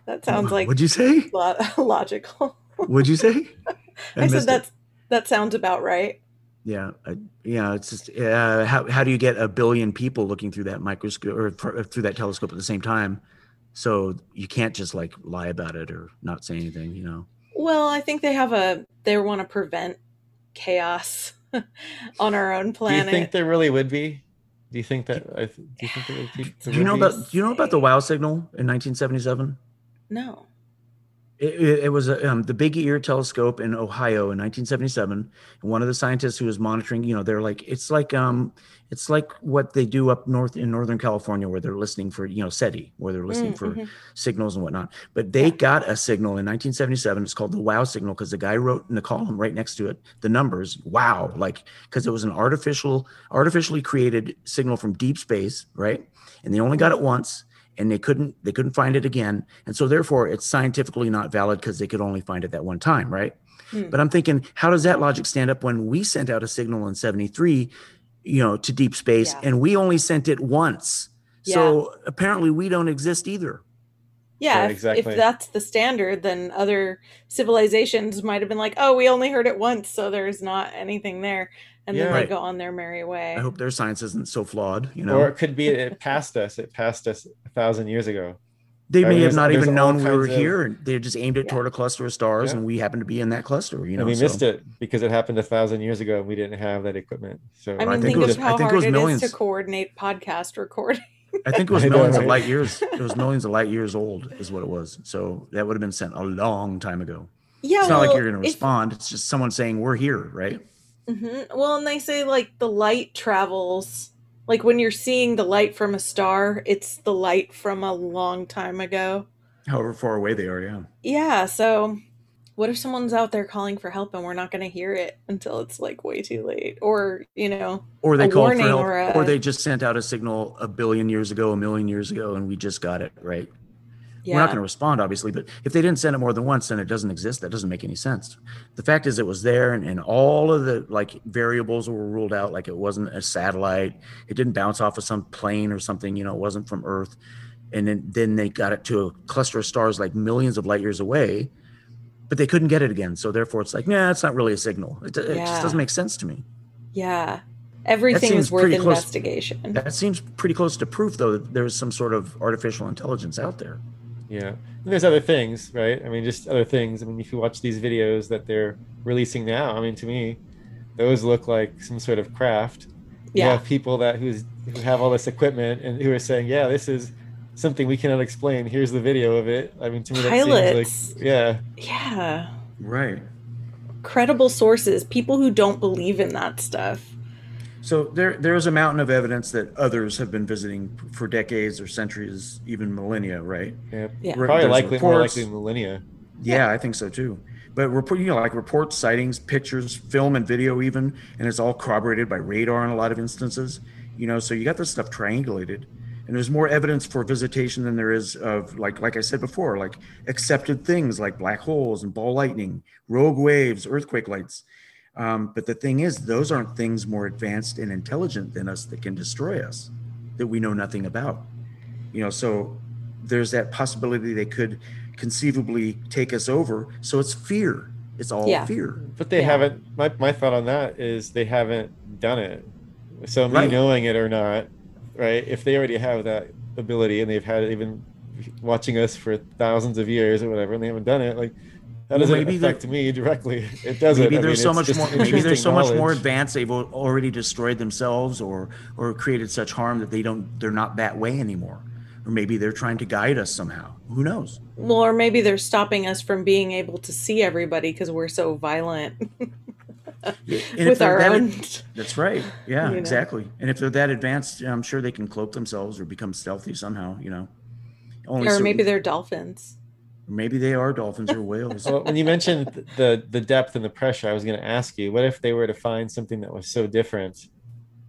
[SPEAKER 3] that sounds like
[SPEAKER 1] Would you say?
[SPEAKER 3] lo- logical.
[SPEAKER 1] Would you say?
[SPEAKER 3] I,
[SPEAKER 1] missed
[SPEAKER 3] said
[SPEAKER 1] it.
[SPEAKER 3] that's that sounds about right.
[SPEAKER 1] Yeah, I, yeah. It's just uh, how how do you get a billion people looking through that microscope or fr- through that telescope at the same time? So you can't just like lie about it or not say anything. You know,
[SPEAKER 3] Well, I think they have a they want to prevent chaos on our own
[SPEAKER 2] do you think
[SPEAKER 3] planet.
[SPEAKER 2] there really would be do you think that i th- do you think there would be
[SPEAKER 1] do
[SPEAKER 2] there
[SPEAKER 1] you know
[SPEAKER 2] would be?
[SPEAKER 1] about do you know about the Wow signal in 1977?
[SPEAKER 3] no.
[SPEAKER 1] It, it, it was uh, um, the Big Ear telescope in Ohio in 1977. And one of the scientists who was monitoring, you know, they're like, it's like, um, it's like what they do up north in Northern California, where they're listening for, you know, SETI, where they're listening
[SPEAKER 3] Mm,
[SPEAKER 1] for
[SPEAKER 3] mhm.
[SPEAKER 1] signals and whatnot. But they got a signal in 1977. It's called the WOW signal because the guy wrote in the column right next to it the numbers WOW, like because it was an artificial, artificially created signal from deep space, right? And they only got it once, and they couldn't they couldn't find it again. And so therefore, it's scientifically not valid because they could only find it that one time, right?
[SPEAKER 3] Hmm.
[SPEAKER 1] But I'm thinking, how does that logic stand up when we sent out a signal in 73, you know, to deep space
[SPEAKER 3] Yeah.
[SPEAKER 1] and we only sent it once? So apparently we don't exist either.
[SPEAKER 3] Yeah,
[SPEAKER 2] Yeah,
[SPEAKER 3] if,
[SPEAKER 2] exactly.
[SPEAKER 3] if that's the standard, then other civilizations might have been like, "Oh, we only heard it once, so there's not anything there," and then
[SPEAKER 2] Yeah.
[SPEAKER 3] they
[SPEAKER 1] Right.
[SPEAKER 3] go on their merry way.
[SPEAKER 1] I hope their science isn't so flawed, you
[SPEAKER 2] Or
[SPEAKER 1] know.
[SPEAKER 2] it could be it passed us. It passed us a thousand years ago.
[SPEAKER 1] They may
[SPEAKER 2] I mean,
[SPEAKER 1] have
[SPEAKER 2] there's-
[SPEAKER 1] not
[SPEAKER 2] there's
[SPEAKER 1] even
[SPEAKER 2] all
[SPEAKER 1] known we were
[SPEAKER 2] kinds of-
[SPEAKER 1] here and they just aimed it
[SPEAKER 3] Yeah.
[SPEAKER 1] toward a cluster of stars
[SPEAKER 2] Yeah.
[SPEAKER 1] and we happen to be in that cluster, you know.
[SPEAKER 2] and we
[SPEAKER 1] so-
[SPEAKER 2] missed it because it happened a thousand years ago and we didn't have that equipment. So
[SPEAKER 3] I
[SPEAKER 1] I
[SPEAKER 3] mean,
[SPEAKER 1] think
[SPEAKER 3] think,
[SPEAKER 1] it
[SPEAKER 3] of
[SPEAKER 1] was- I
[SPEAKER 3] how
[SPEAKER 1] think it
[SPEAKER 3] hard
[SPEAKER 1] was
[SPEAKER 3] it is
[SPEAKER 1] millions.
[SPEAKER 3] to coordinate podcast recording.
[SPEAKER 1] I think it was
[SPEAKER 2] I know,
[SPEAKER 1] millions of
[SPEAKER 2] right?
[SPEAKER 1] light years. It was millions of light years old, is what it was. So that would have been sent a long time ago.
[SPEAKER 3] Yeah,
[SPEAKER 1] It's
[SPEAKER 3] well,
[SPEAKER 1] not like you're going to
[SPEAKER 3] if-
[SPEAKER 1] respond. It's just someone saying we're here, right?
[SPEAKER 3] Mhm. Well, and they say like the light travels. Like when you're seeing the light from a star, it's the light from a long time ago.
[SPEAKER 1] However far away they are, yeah.
[SPEAKER 3] Yeah, so what if someone's out there calling for help and we're not going to hear it until it's like way too late or, you know,
[SPEAKER 1] Or they
[SPEAKER 3] A
[SPEAKER 1] called for
[SPEAKER 3] warning
[SPEAKER 1] help,
[SPEAKER 3] or a-
[SPEAKER 1] or they just sent out a signal a billion years ago, a million years ago, and we just got it right.
[SPEAKER 3] yeah.
[SPEAKER 1] We're not going to respond, obviously, but if they didn't send it more than once, then it doesn't exist. That doesn't make any sense. The fact is, it was there, and, and all of the like variables were ruled out. Like it wasn't a satellite, it didn't bounce off of some plane or something. You know, it wasn't from Earth. And then then they got it to a cluster of stars like millions of light years away, but they couldn't get it again. So therefore, it's like, nah, it's not really a signal. It, it
[SPEAKER 3] Yeah.
[SPEAKER 1] just doesn't make sense to me.
[SPEAKER 3] yeah. Everything
[SPEAKER 1] seems
[SPEAKER 3] is worth
[SPEAKER 1] pretty close-
[SPEAKER 3] investigation.
[SPEAKER 1] That seems pretty close to proof, though, that there's some sort of artificial intelligence out there.
[SPEAKER 2] yeah, and there's other things, right? I mean, just other things. I mean, if you watch these videos that they're releasing now, I mean, to me, those look like some sort of craft. You
[SPEAKER 3] yeah.
[SPEAKER 2] have people that who's who have all this equipment and who are saying, yeah, this is something we cannot explain. Here's the video of it. I mean, to me, that
[SPEAKER 3] Pilots.
[SPEAKER 2] seems like yeah,
[SPEAKER 3] Yeah.
[SPEAKER 1] Right.
[SPEAKER 3] Credible sources, people who don't believe in that stuff.
[SPEAKER 1] So there, there is a mountain of evidence that others have been visiting for decades or centuries, even millennia, right?
[SPEAKER 2] yeah,
[SPEAKER 3] Yeah.
[SPEAKER 2] probably
[SPEAKER 1] There's
[SPEAKER 2] likely more
[SPEAKER 1] reports.
[SPEAKER 2] likely millennia.
[SPEAKER 1] Yeah, I think so too. But report, you know, like reports, sightings, pictures, film, and video, even, and it's all corroborated by radar in a lot of instances. You know, so you got this stuff triangulated, and there's more evidence for visitation than there is of like, like I said before, like accepted things like black holes and ball lightning, rogue waves, earthquake lights. Um, but the thing is, those aren't things more advanced and intelligent than us that can destroy us, that we know nothing about. You know, so there's that possibility they could conceivably take us over. So it's fear. It's all
[SPEAKER 3] Yeah.
[SPEAKER 1] fear.
[SPEAKER 2] But they
[SPEAKER 3] Yeah.
[SPEAKER 2] haven't. My, my thought on that is they haven't done it. So me
[SPEAKER 1] Right.
[SPEAKER 2] knowing it or not, right? If they already have that ability and they've had it even watching us for thousands of years or whatever, and they haven't done it, like that
[SPEAKER 1] Well,
[SPEAKER 2] doesn't
[SPEAKER 1] maybe they're-
[SPEAKER 2] affect me directly. It doesn't.
[SPEAKER 1] Maybe
[SPEAKER 2] I
[SPEAKER 1] there's
[SPEAKER 2] mean,
[SPEAKER 1] so
[SPEAKER 2] it's
[SPEAKER 1] much
[SPEAKER 2] just
[SPEAKER 1] more. Maybe there's
[SPEAKER 2] interesting
[SPEAKER 1] so much more
[SPEAKER 2] knowledge.
[SPEAKER 1] advanced. They've al- already destroyed themselves, or or created such harm that they don't. They're not that way anymore. Or maybe they're trying to guide us somehow. Who knows?
[SPEAKER 3] Well, or maybe they're stopping us from being able to see everybody because we're so violent
[SPEAKER 1] And if
[SPEAKER 3] with
[SPEAKER 1] they're
[SPEAKER 3] our
[SPEAKER 1] that-
[SPEAKER 3] own.
[SPEAKER 1] That's right. Yeah,
[SPEAKER 3] You know?
[SPEAKER 1] exactly. And if they're that advanced, I'm sure they can cloak themselves or become stealthy somehow. You know, Only
[SPEAKER 3] Or
[SPEAKER 1] certain-
[SPEAKER 3] maybe they're dolphins.
[SPEAKER 1] maybe they are dolphins or whales.
[SPEAKER 2] Well, when you mentioned th- the the depth and the pressure, I was going to ask you, what if they were to find something that was so different,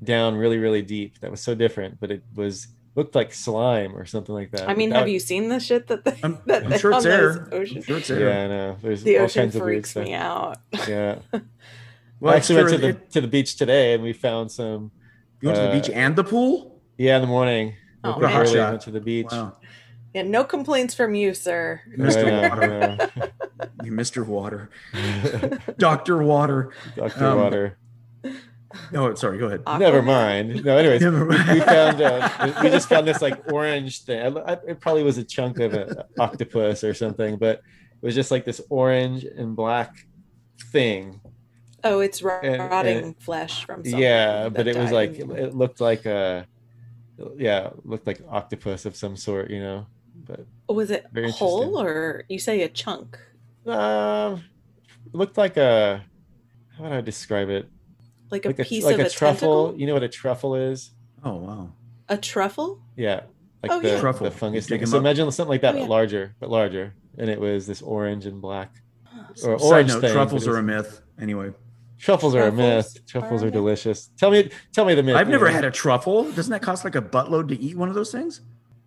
[SPEAKER 2] down really really deep, that was so different, but it was looked like slime or something like that.
[SPEAKER 3] I mean,
[SPEAKER 2] That
[SPEAKER 3] have
[SPEAKER 2] would-
[SPEAKER 3] you seen the shit that they,
[SPEAKER 1] I'm-
[SPEAKER 3] that
[SPEAKER 1] I'm
[SPEAKER 3] they
[SPEAKER 1] sure
[SPEAKER 3] on
[SPEAKER 1] it's there.
[SPEAKER 3] those
[SPEAKER 1] I'm
[SPEAKER 3] oceans?
[SPEAKER 1] sure it's
[SPEAKER 2] Yeah,
[SPEAKER 1] there.
[SPEAKER 2] I know. There's
[SPEAKER 3] The
[SPEAKER 2] all
[SPEAKER 3] ocean
[SPEAKER 2] kinds of weird
[SPEAKER 3] freaks
[SPEAKER 2] stuff.
[SPEAKER 3] me out.
[SPEAKER 2] Yeah.
[SPEAKER 1] Well,
[SPEAKER 2] actually
[SPEAKER 1] sure,
[SPEAKER 2] went to the
[SPEAKER 1] it-
[SPEAKER 2] to the beach today and we found some.
[SPEAKER 1] you went to the
[SPEAKER 2] uh,
[SPEAKER 1] beach and the pool.
[SPEAKER 2] Yeah, in the morning.
[SPEAKER 3] Oh,
[SPEAKER 2] woke up
[SPEAKER 1] man.
[SPEAKER 2] early,
[SPEAKER 1] Hotshot.
[SPEAKER 2] went to the beach.
[SPEAKER 1] Wow,
[SPEAKER 3] Yeah, no complaints from you, sir.
[SPEAKER 2] Yeah,
[SPEAKER 1] Mr.
[SPEAKER 2] yeah,
[SPEAKER 1] you Mr. Water,
[SPEAKER 2] yeah.
[SPEAKER 1] Doctor Water.
[SPEAKER 2] Dr.
[SPEAKER 1] Um,
[SPEAKER 2] Water.
[SPEAKER 1] No, sorry. Go ahead.
[SPEAKER 2] Never
[SPEAKER 3] Aquaman?
[SPEAKER 2] mind. No, anyways,
[SPEAKER 1] Never mind.
[SPEAKER 2] Uh, we found uh, we just found this like orange thing. I, I, it probably was a chunk of an octopus or something, but it was just like this orange and black thing.
[SPEAKER 3] Oh, it's rot-
[SPEAKER 2] And-
[SPEAKER 3] rotting
[SPEAKER 2] and-
[SPEAKER 3] flesh from something.
[SPEAKER 2] Yeah,
[SPEAKER 3] that
[SPEAKER 2] but it was
[SPEAKER 3] died
[SPEAKER 2] like it,
[SPEAKER 3] in-
[SPEAKER 2] it looked like a yeah, it looked like octopus of some sort, you know. But
[SPEAKER 3] was it
[SPEAKER 2] very
[SPEAKER 3] whole
[SPEAKER 2] interesting.
[SPEAKER 3] or you say a chunk?
[SPEAKER 2] Um, looked like a how would I describe it?
[SPEAKER 3] Like a
[SPEAKER 2] Like
[SPEAKER 3] piece
[SPEAKER 2] like
[SPEAKER 3] of a,
[SPEAKER 2] truffle.
[SPEAKER 3] tentacle?
[SPEAKER 2] You know what a truffle is?
[SPEAKER 1] Oh wow.
[SPEAKER 3] A truffle?
[SPEAKER 2] Yeah, like
[SPEAKER 3] Oh,
[SPEAKER 2] the,
[SPEAKER 3] yeah.
[SPEAKER 1] Truffle.
[SPEAKER 2] the fungus
[SPEAKER 1] You
[SPEAKER 2] thing.
[SPEAKER 1] dig 'em
[SPEAKER 2] So
[SPEAKER 1] up.
[SPEAKER 2] imagine something like that,
[SPEAKER 3] Oh,
[SPEAKER 2] but
[SPEAKER 3] yeah.
[SPEAKER 2] larger, but larger, and it was this orange and black or
[SPEAKER 1] Side
[SPEAKER 2] orange
[SPEAKER 1] note:
[SPEAKER 2] thing,
[SPEAKER 1] truffles
[SPEAKER 2] but
[SPEAKER 1] are a
[SPEAKER 2] it's-
[SPEAKER 1] myth. Anyway,
[SPEAKER 2] truffles are a myth.
[SPEAKER 3] Truffles
[SPEAKER 2] Truffles
[SPEAKER 3] are a
[SPEAKER 2] are,
[SPEAKER 3] myth.
[SPEAKER 2] delicious. Tell me, tell me the myth.
[SPEAKER 1] I've
[SPEAKER 2] you
[SPEAKER 1] never
[SPEAKER 2] know?
[SPEAKER 1] had a truffle. Doesn't that cost like a buttload to eat one of those things?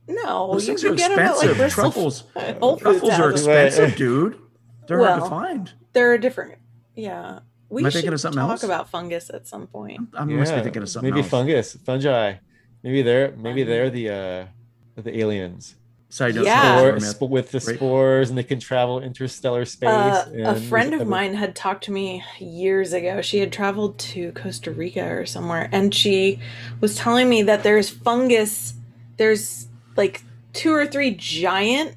[SPEAKER 3] No,
[SPEAKER 1] Those
[SPEAKER 3] you
[SPEAKER 1] things are
[SPEAKER 3] could get them at like
[SPEAKER 1] expensive.
[SPEAKER 3] Bristol.
[SPEAKER 1] Truffles.
[SPEAKER 3] Whole Foods
[SPEAKER 1] Truffles are
[SPEAKER 3] has
[SPEAKER 2] ex-
[SPEAKER 3] them.
[SPEAKER 2] Right.
[SPEAKER 1] expensive, dude. They're hard
[SPEAKER 3] Well,
[SPEAKER 1] to find.
[SPEAKER 3] There are different. Yeah. We
[SPEAKER 1] Am I
[SPEAKER 3] should
[SPEAKER 1] thinking of something
[SPEAKER 3] talk
[SPEAKER 1] else?
[SPEAKER 3] about fungus at some point.
[SPEAKER 1] I must be
[SPEAKER 2] Yeah,
[SPEAKER 1] thinking of something
[SPEAKER 2] Maybe
[SPEAKER 1] else.
[SPEAKER 2] fungus, fungi. Maybe they're maybe they're the uh the aliens.
[SPEAKER 1] Side note,
[SPEAKER 3] Yeah.
[SPEAKER 1] spoiler
[SPEAKER 2] Spore,
[SPEAKER 1] myth.
[SPEAKER 2] sp- with the
[SPEAKER 1] Right.
[SPEAKER 2] spores and they can travel interstellar space.
[SPEAKER 3] Uh, a
[SPEAKER 2] and-
[SPEAKER 3] friend of mine had talked to me years ago. She had traveled to Costa Rica or somewhere, and she was telling me that there's fungus. There's like two or three giant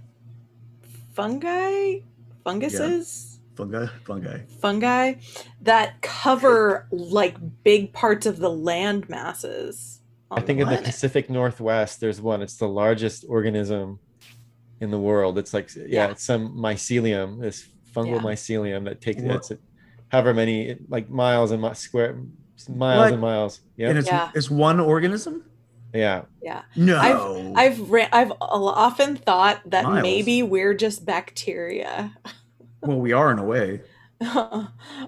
[SPEAKER 3] fungi, funguses,
[SPEAKER 1] fungi, fungi.
[SPEAKER 3] fungi that cover like big parts of the land masses. on
[SPEAKER 2] I think in the
[SPEAKER 3] planet.
[SPEAKER 2] Pacific Northwest, there's one. It's the largest organism in the world. It's like, yeah,
[SPEAKER 3] Yeah.
[SPEAKER 2] it's some mycelium, this fungal
[SPEAKER 3] Yeah.
[SPEAKER 2] mycelium that takes
[SPEAKER 1] Wha-
[SPEAKER 2] it's however many like miles and mi- square miles
[SPEAKER 1] What?
[SPEAKER 2] and miles.
[SPEAKER 1] And
[SPEAKER 2] Yeah,
[SPEAKER 1] it's
[SPEAKER 3] Yeah.
[SPEAKER 1] it's one organism?
[SPEAKER 2] yeah.
[SPEAKER 3] yeah.
[SPEAKER 1] No.
[SPEAKER 3] I've ra- I've often thought that
[SPEAKER 1] Miles.
[SPEAKER 3] maybe we're just bacteria.
[SPEAKER 1] well, we are in a way.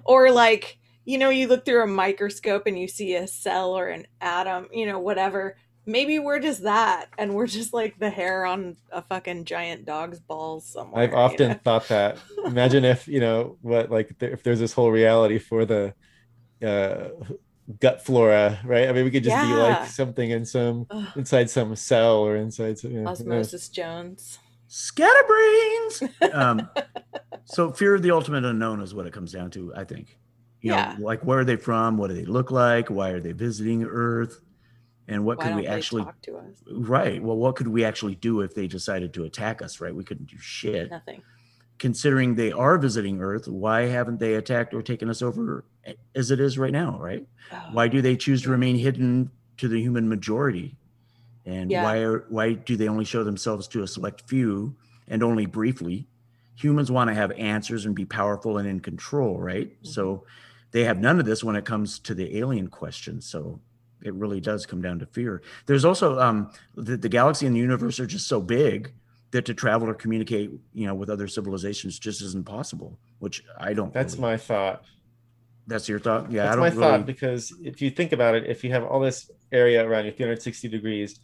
[SPEAKER 3] or like you know you look through a microscope and you see a cell or an atom you know whatever maybe we're just that and we're just like the hair on a fucking giant dog's balls somewhere
[SPEAKER 2] I've
[SPEAKER 3] you
[SPEAKER 2] often
[SPEAKER 3] know?
[SPEAKER 2] thought that. Imagine if you know what like th- if there's this whole reality for the uh, gut flora, right? I mean, we could just be
[SPEAKER 3] Yeah.
[SPEAKER 2] like something in some
[SPEAKER 3] Ugh,
[SPEAKER 2] inside some cell or inside some. you know,
[SPEAKER 3] osmosis jones
[SPEAKER 1] Scatterbrains. um, so fear of the ultimate unknown is what it comes down to, I think. You
[SPEAKER 3] Yeah.
[SPEAKER 1] know, like where are they from? What do they look like? Why are they visiting Earth? And what
[SPEAKER 3] why
[SPEAKER 1] could
[SPEAKER 3] don't
[SPEAKER 1] we
[SPEAKER 3] they
[SPEAKER 1] actually
[SPEAKER 3] talk to us
[SPEAKER 1] right? Well, what could we actually do if they decided to attack us, right? We couldn't do shit.
[SPEAKER 3] nothing
[SPEAKER 1] Considering they are visiting Earth, why haven't they attacked or taken us over as it is right now, right?
[SPEAKER 3] Ugh.
[SPEAKER 1] why do they choose to remain hidden to the human majority and
[SPEAKER 3] Yeah.
[SPEAKER 1] why are, why do they only show themselves to a select few and only briefly humans want to have answers and be powerful and in control right so they have none of this when it comes to the alien question so it really does come down to fear there's also um the, the galaxy and the universe are just so big that to travel or communicate you know with other civilizations just isn't possible which i don't
[SPEAKER 2] That's
[SPEAKER 1] really-
[SPEAKER 2] my thought.
[SPEAKER 1] that's your thought yeah i
[SPEAKER 2] That's
[SPEAKER 1] don't
[SPEAKER 2] my
[SPEAKER 1] really
[SPEAKER 2] thought because if you think about it, if you have all this area around you, 360 degrees,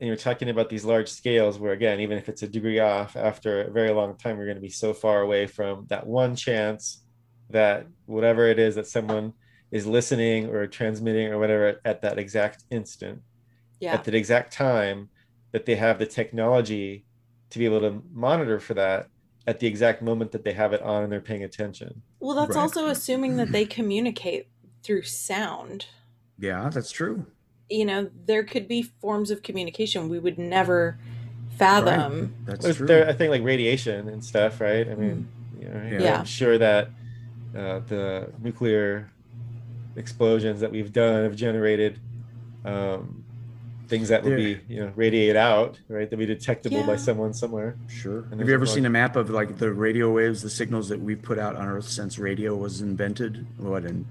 [SPEAKER 2] and you're talking about these large scales, where again, even if it's a degree off, after a very long time, you're going to be so far away from that one chance that whatever it is that someone is listening or transmitting or whatever at that exact instant,
[SPEAKER 3] yeah
[SPEAKER 2] at that exact time, that they have the technology to be able to monitor for that at the exact moment that they have it on and they're paying attention.
[SPEAKER 3] well that's
[SPEAKER 1] Right.
[SPEAKER 3] also assuming that they communicate through sound
[SPEAKER 1] yeah that's true
[SPEAKER 3] you know there could be forms of communication we would never fathom
[SPEAKER 1] that's
[SPEAKER 2] There's-
[SPEAKER 1] true Mm.
[SPEAKER 2] there- I think like radiation and stuff, right? I mean, you know,
[SPEAKER 1] Yeah.
[SPEAKER 3] Yeah.
[SPEAKER 2] I'm sure that uh, the nuclear explosions that we've done have generated um, things that would be, you know, radiated out, right? That be detectable by
[SPEAKER 3] Yeah.
[SPEAKER 2] someone somewhere.
[SPEAKER 1] Sure.
[SPEAKER 2] And
[SPEAKER 1] Have
[SPEAKER 2] there's
[SPEAKER 1] you
[SPEAKER 2] a
[SPEAKER 1] ever
[SPEAKER 2] bug.
[SPEAKER 1] seen a map of like the radio waves, the signals that we've put out on Earth since radio was invented? What in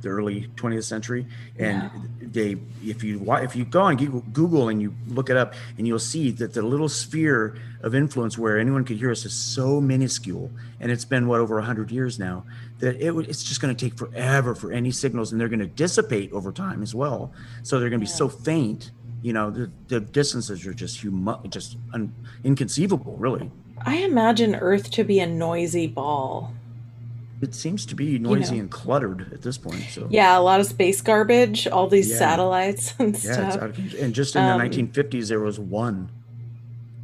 [SPEAKER 1] the early 20th century? And they, if you wa- if you go on Google, Google and you look it up, and you'll see that the little sphere of influence where anyone could hear us is so minuscule, and it's been what over 100 years now that it would it's just going to take forever for any signals, and they're going to dissipate over time as well. So they're going to be
[SPEAKER 3] Yeah.
[SPEAKER 1] so faint. You know the, the distances are just humo- just un- inconceivable, really.
[SPEAKER 3] I imagine Earth to be a noisy ball.
[SPEAKER 1] It seems to be noisy
[SPEAKER 3] know.
[SPEAKER 1] and cluttered at this point. So
[SPEAKER 3] Yeah, a lot of space garbage, all these
[SPEAKER 1] Yeah.
[SPEAKER 3] satellites and
[SPEAKER 1] yeah, it's
[SPEAKER 3] stuff.
[SPEAKER 1] out of, con- and just in
[SPEAKER 3] Um,
[SPEAKER 1] the 1950s there was one.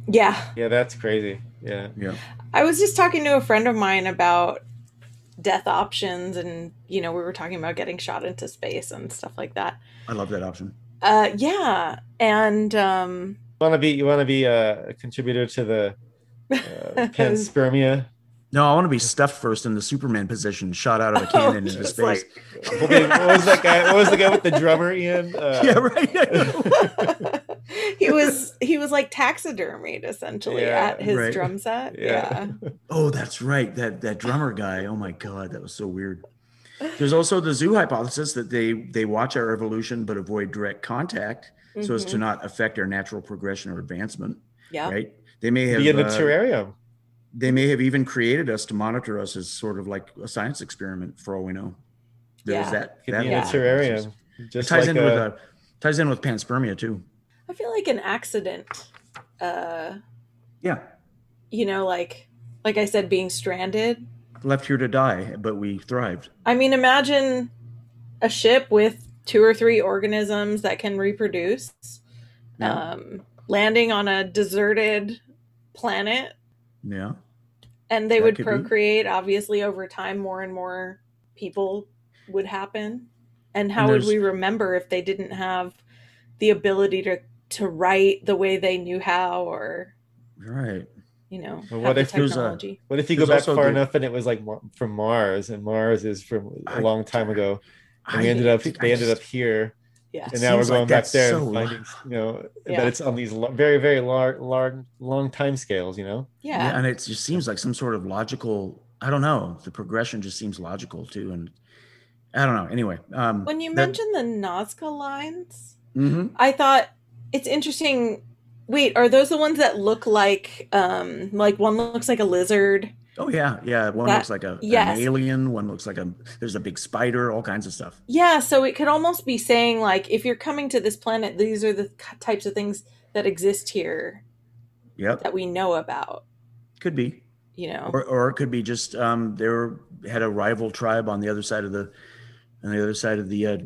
[SPEAKER 3] yeah.
[SPEAKER 2] Yeah, that's crazy. Yeah.
[SPEAKER 1] Yeah,
[SPEAKER 3] I was just talking to a friend of mine about death options and you know, we were talking about getting shot into space and stuff like that.
[SPEAKER 1] I love that option.
[SPEAKER 3] Uh yeah. And um
[SPEAKER 2] Want to be? You want to be uh, a, a contributor to the uh, panspermia?
[SPEAKER 1] No, I want to be stuffed first in the Superman position, shot out of a
[SPEAKER 3] Oh,
[SPEAKER 1] cannon into
[SPEAKER 3] just
[SPEAKER 1] space.
[SPEAKER 3] like-
[SPEAKER 2] what was that guy? What was the guy with the drummer? Ian. Uh,
[SPEAKER 1] yeah, right. I know.
[SPEAKER 3] he was he was like taxidermied essentially
[SPEAKER 2] Yeah,
[SPEAKER 3] at his
[SPEAKER 1] right.
[SPEAKER 3] drum set.
[SPEAKER 2] Yeah.
[SPEAKER 3] Yeah.
[SPEAKER 1] oh, that's right. That that drummer guy. Oh my god, that was so weird. There's also the zoo hypothesis that they they watch our evolution but avoid direct contact so as to
[SPEAKER 3] Mhm.
[SPEAKER 1] not affect our natural progression or advancement.
[SPEAKER 3] yeah.
[SPEAKER 1] Right? They may have
[SPEAKER 2] Be in the
[SPEAKER 1] uh,
[SPEAKER 2] terrarium.
[SPEAKER 1] they may have even created us to monitor us as sort of like a science experiment for all we know. There was
[SPEAKER 3] Yeah.
[SPEAKER 1] that,
[SPEAKER 2] Could
[SPEAKER 1] that
[SPEAKER 2] be in
[SPEAKER 3] Yeah.
[SPEAKER 2] a
[SPEAKER 1] was-
[SPEAKER 2] terrarium.
[SPEAKER 1] It
[SPEAKER 2] Just
[SPEAKER 1] ties
[SPEAKER 2] like
[SPEAKER 1] in
[SPEAKER 2] a-
[SPEAKER 1] with uh ties in with panspermia too.
[SPEAKER 3] I feel like an accident uh
[SPEAKER 1] Yeah.
[SPEAKER 3] you know like like i said being stranded
[SPEAKER 1] Left here to die, but we thrived.
[SPEAKER 3] i mean imagine a ship with two or three organisms that can reproduce
[SPEAKER 1] Yeah.
[SPEAKER 3] um, landing on a deserted planet
[SPEAKER 1] yeah.
[SPEAKER 3] and they
[SPEAKER 1] That
[SPEAKER 3] would
[SPEAKER 1] could be.
[SPEAKER 3] procreate obviously over time more and more people would happen and how
[SPEAKER 1] And
[SPEAKER 3] would
[SPEAKER 1] there's-
[SPEAKER 3] we remember if they didn't have the ability to to write the way they knew how or
[SPEAKER 1] Right.
[SPEAKER 3] you know
[SPEAKER 2] Well,
[SPEAKER 3] have
[SPEAKER 2] what
[SPEAKER 3] the
[SPEAKER 2] if
[SPEAKER 1] there's a-
[SPEAKER 3] technology
[SPEAKER 2] What if you go
[SPEAKER 1] There's
[SPEAKER 2] back
[SPEAKER 1] also
[SPEAKER 2] far
[SPEAKER 1] the-
[SPEAKER 2] enough and it was like Mar- from Mars, and Mars is from a
[SPEAKER 1] I-
[SPEAKER 2] long time ago, and we
[SPEAKER 1] I
[SPEAKER 2] ended up
[SPEAKER 1] think
[SPEAKER 2] they
[SPEAKER 1] I
[SPEAKER 2] ended
[SPEAKER 1] just-
[SPEAKER 2] up here,
[SPEAKER 3] yeah
[SPEAKER 1] It
[SPEAKER 2] and now we're
[SPEAKER 1] seems like
[SPEAKER 2] going back
[SPEAKER 1] that's
[SPEAKER 2] there
[SPEAKER 1] so
[SPEAKER 2] and
[SPEAKER 1] lo-
[SPEAKER 2] finding you know
[SPEAKER 3] Yeah.
[SPEAKER 2] that it's on these lo- very very large large long time scales, you know.
[SPEAKER 1] Yeah.
[SPEAKER 3] yeah
[SPEAKER 1] and it just seems like some sort of logical. I don't know. The progression just seems logical too, and I don't know. Anyway, um,
[SPEAKER 3] when you
[SPEAKER 1] that-
[SPEAKER 3] mentioned the nazca lines
[SPEAKER 1] Mhm.
[SPEAKER 3] i thought it's interesting wait are those the ones that look like um like one looks like a lizard
[SPEAKER 1] oh yeah, yeah. One
[SPEAKER 3] That-
[SPEAKER 1] looks like a
[SPEAKER 3] yes.
[SPEAKER 1] an alien. One looks like a there's a big spider. All kinds of stuff.
[SPEAKER 3] Yeah, so it could almost be saying like if you're coming to this planet, these are the k- types of things that exist here
[SPEAKER 1] Yep,
[SPEAKER 3] that we know about,
[SPEAKER 1] could be.
[SPEAKER 3] you know.
[SPEAKER 1] or, or it could be just um, they were, had a rival tribe on the other side of the on the other side of the uh,